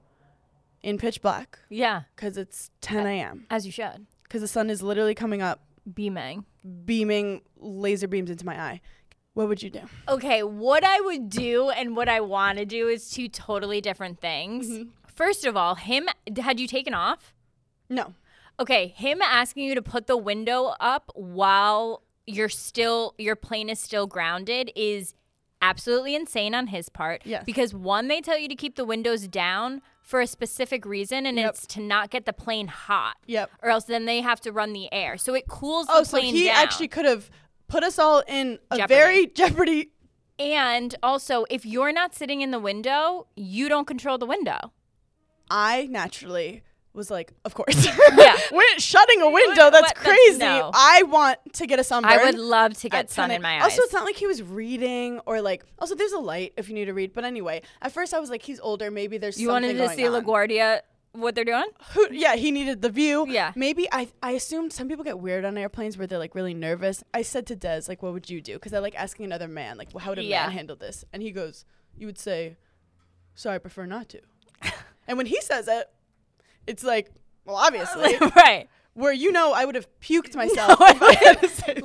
in pitch black, yeah because it's 10 a.m. as you should because the sun is literally coming up, beaming beaming laser beams into my eye. What would you do? Okay, what I would do and what I want to do is two totally different things. Mm-hmm. First of all, him had you taken off? No. Okay, him asking you to put the window up while you're still your plane is still grounded is absolutely insane on his part. Yes. Because one, they tell you to keep the windows down for a specific reason, and it's to not get the plane hot. Yep. Or else then they have to run the air, so it cools Oh, the so plane he down. actually could have put us all in a Jeopardy. very jeopardy. And also, if you're not sitting in the window, you don't control the window. I naturally was like, of course. Yeah. We're shutting a window. That's what- that's- crazy. no. I want to get a sunburn. I would love to at get sun 10 in my eyes. Also, it's not like he was reading or like. Also, there's a light if you need to read. But anyway, at first I was like, he's older. Maybe there's you something wanted to going see on. LaGuardia what they're doing? Who, yeah, he needed the view. Yeah. Maybe I I assumed some people get weird on airplanes where they're like really nervous. I said to Des like, "What would you do?" Because I like asking another man like, well, "How would a Yeah. man handle this?" And he goes, "You would say, sorry, I prefer not to." and when he says it, it's like, well, obviously, right. where you know I would have puked myself. if I had to say that.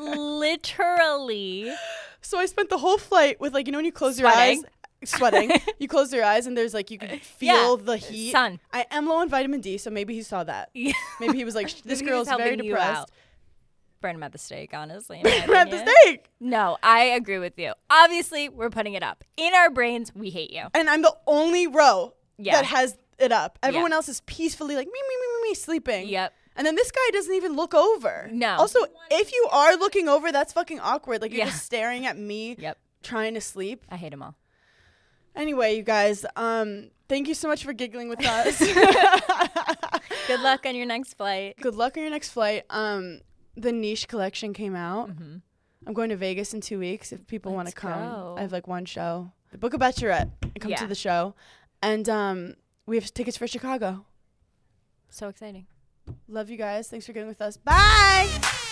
Literally. So I spent the whole flight with like you know when you close Sweating. your eyes, sweating. you close your eyes and there's like you can feel the heat. sun. I am low on vitamin D, so maybe he saw that. Yeah. Maybe he was like, this Maybe he was girl's very helping you depressed. out, Burn them at the stake, honestly. in my Grab the opinion. steak. No, I agree with you. Obviously, we're putting it up. In our brains, we hate you. And I'm the only row Yeah. that has it up. Everyone else is peacefully like me, me, me, me, me, sleeping. Yep. And then this guy doesn't even look over. No. Also, if you are looking over, that's fucking awkward. Like you're Yeah. just staring at me Yep. trying to sleep. I hate them all. Anyway, you guys, um, thank you so much for giggling with us. Good luck on your next flight. Good luck on your next flight. Um, the niche collection came out. Mm-hmm. I'm going to Vegas in two weeks if people want to Mm. Let's come. go. I have like one show. The Book of Bachelorette. Come Yeah. to the show. And um, we have tickets for Chicago. So exciting. Love you guys. Thanks for getting with us. Bye.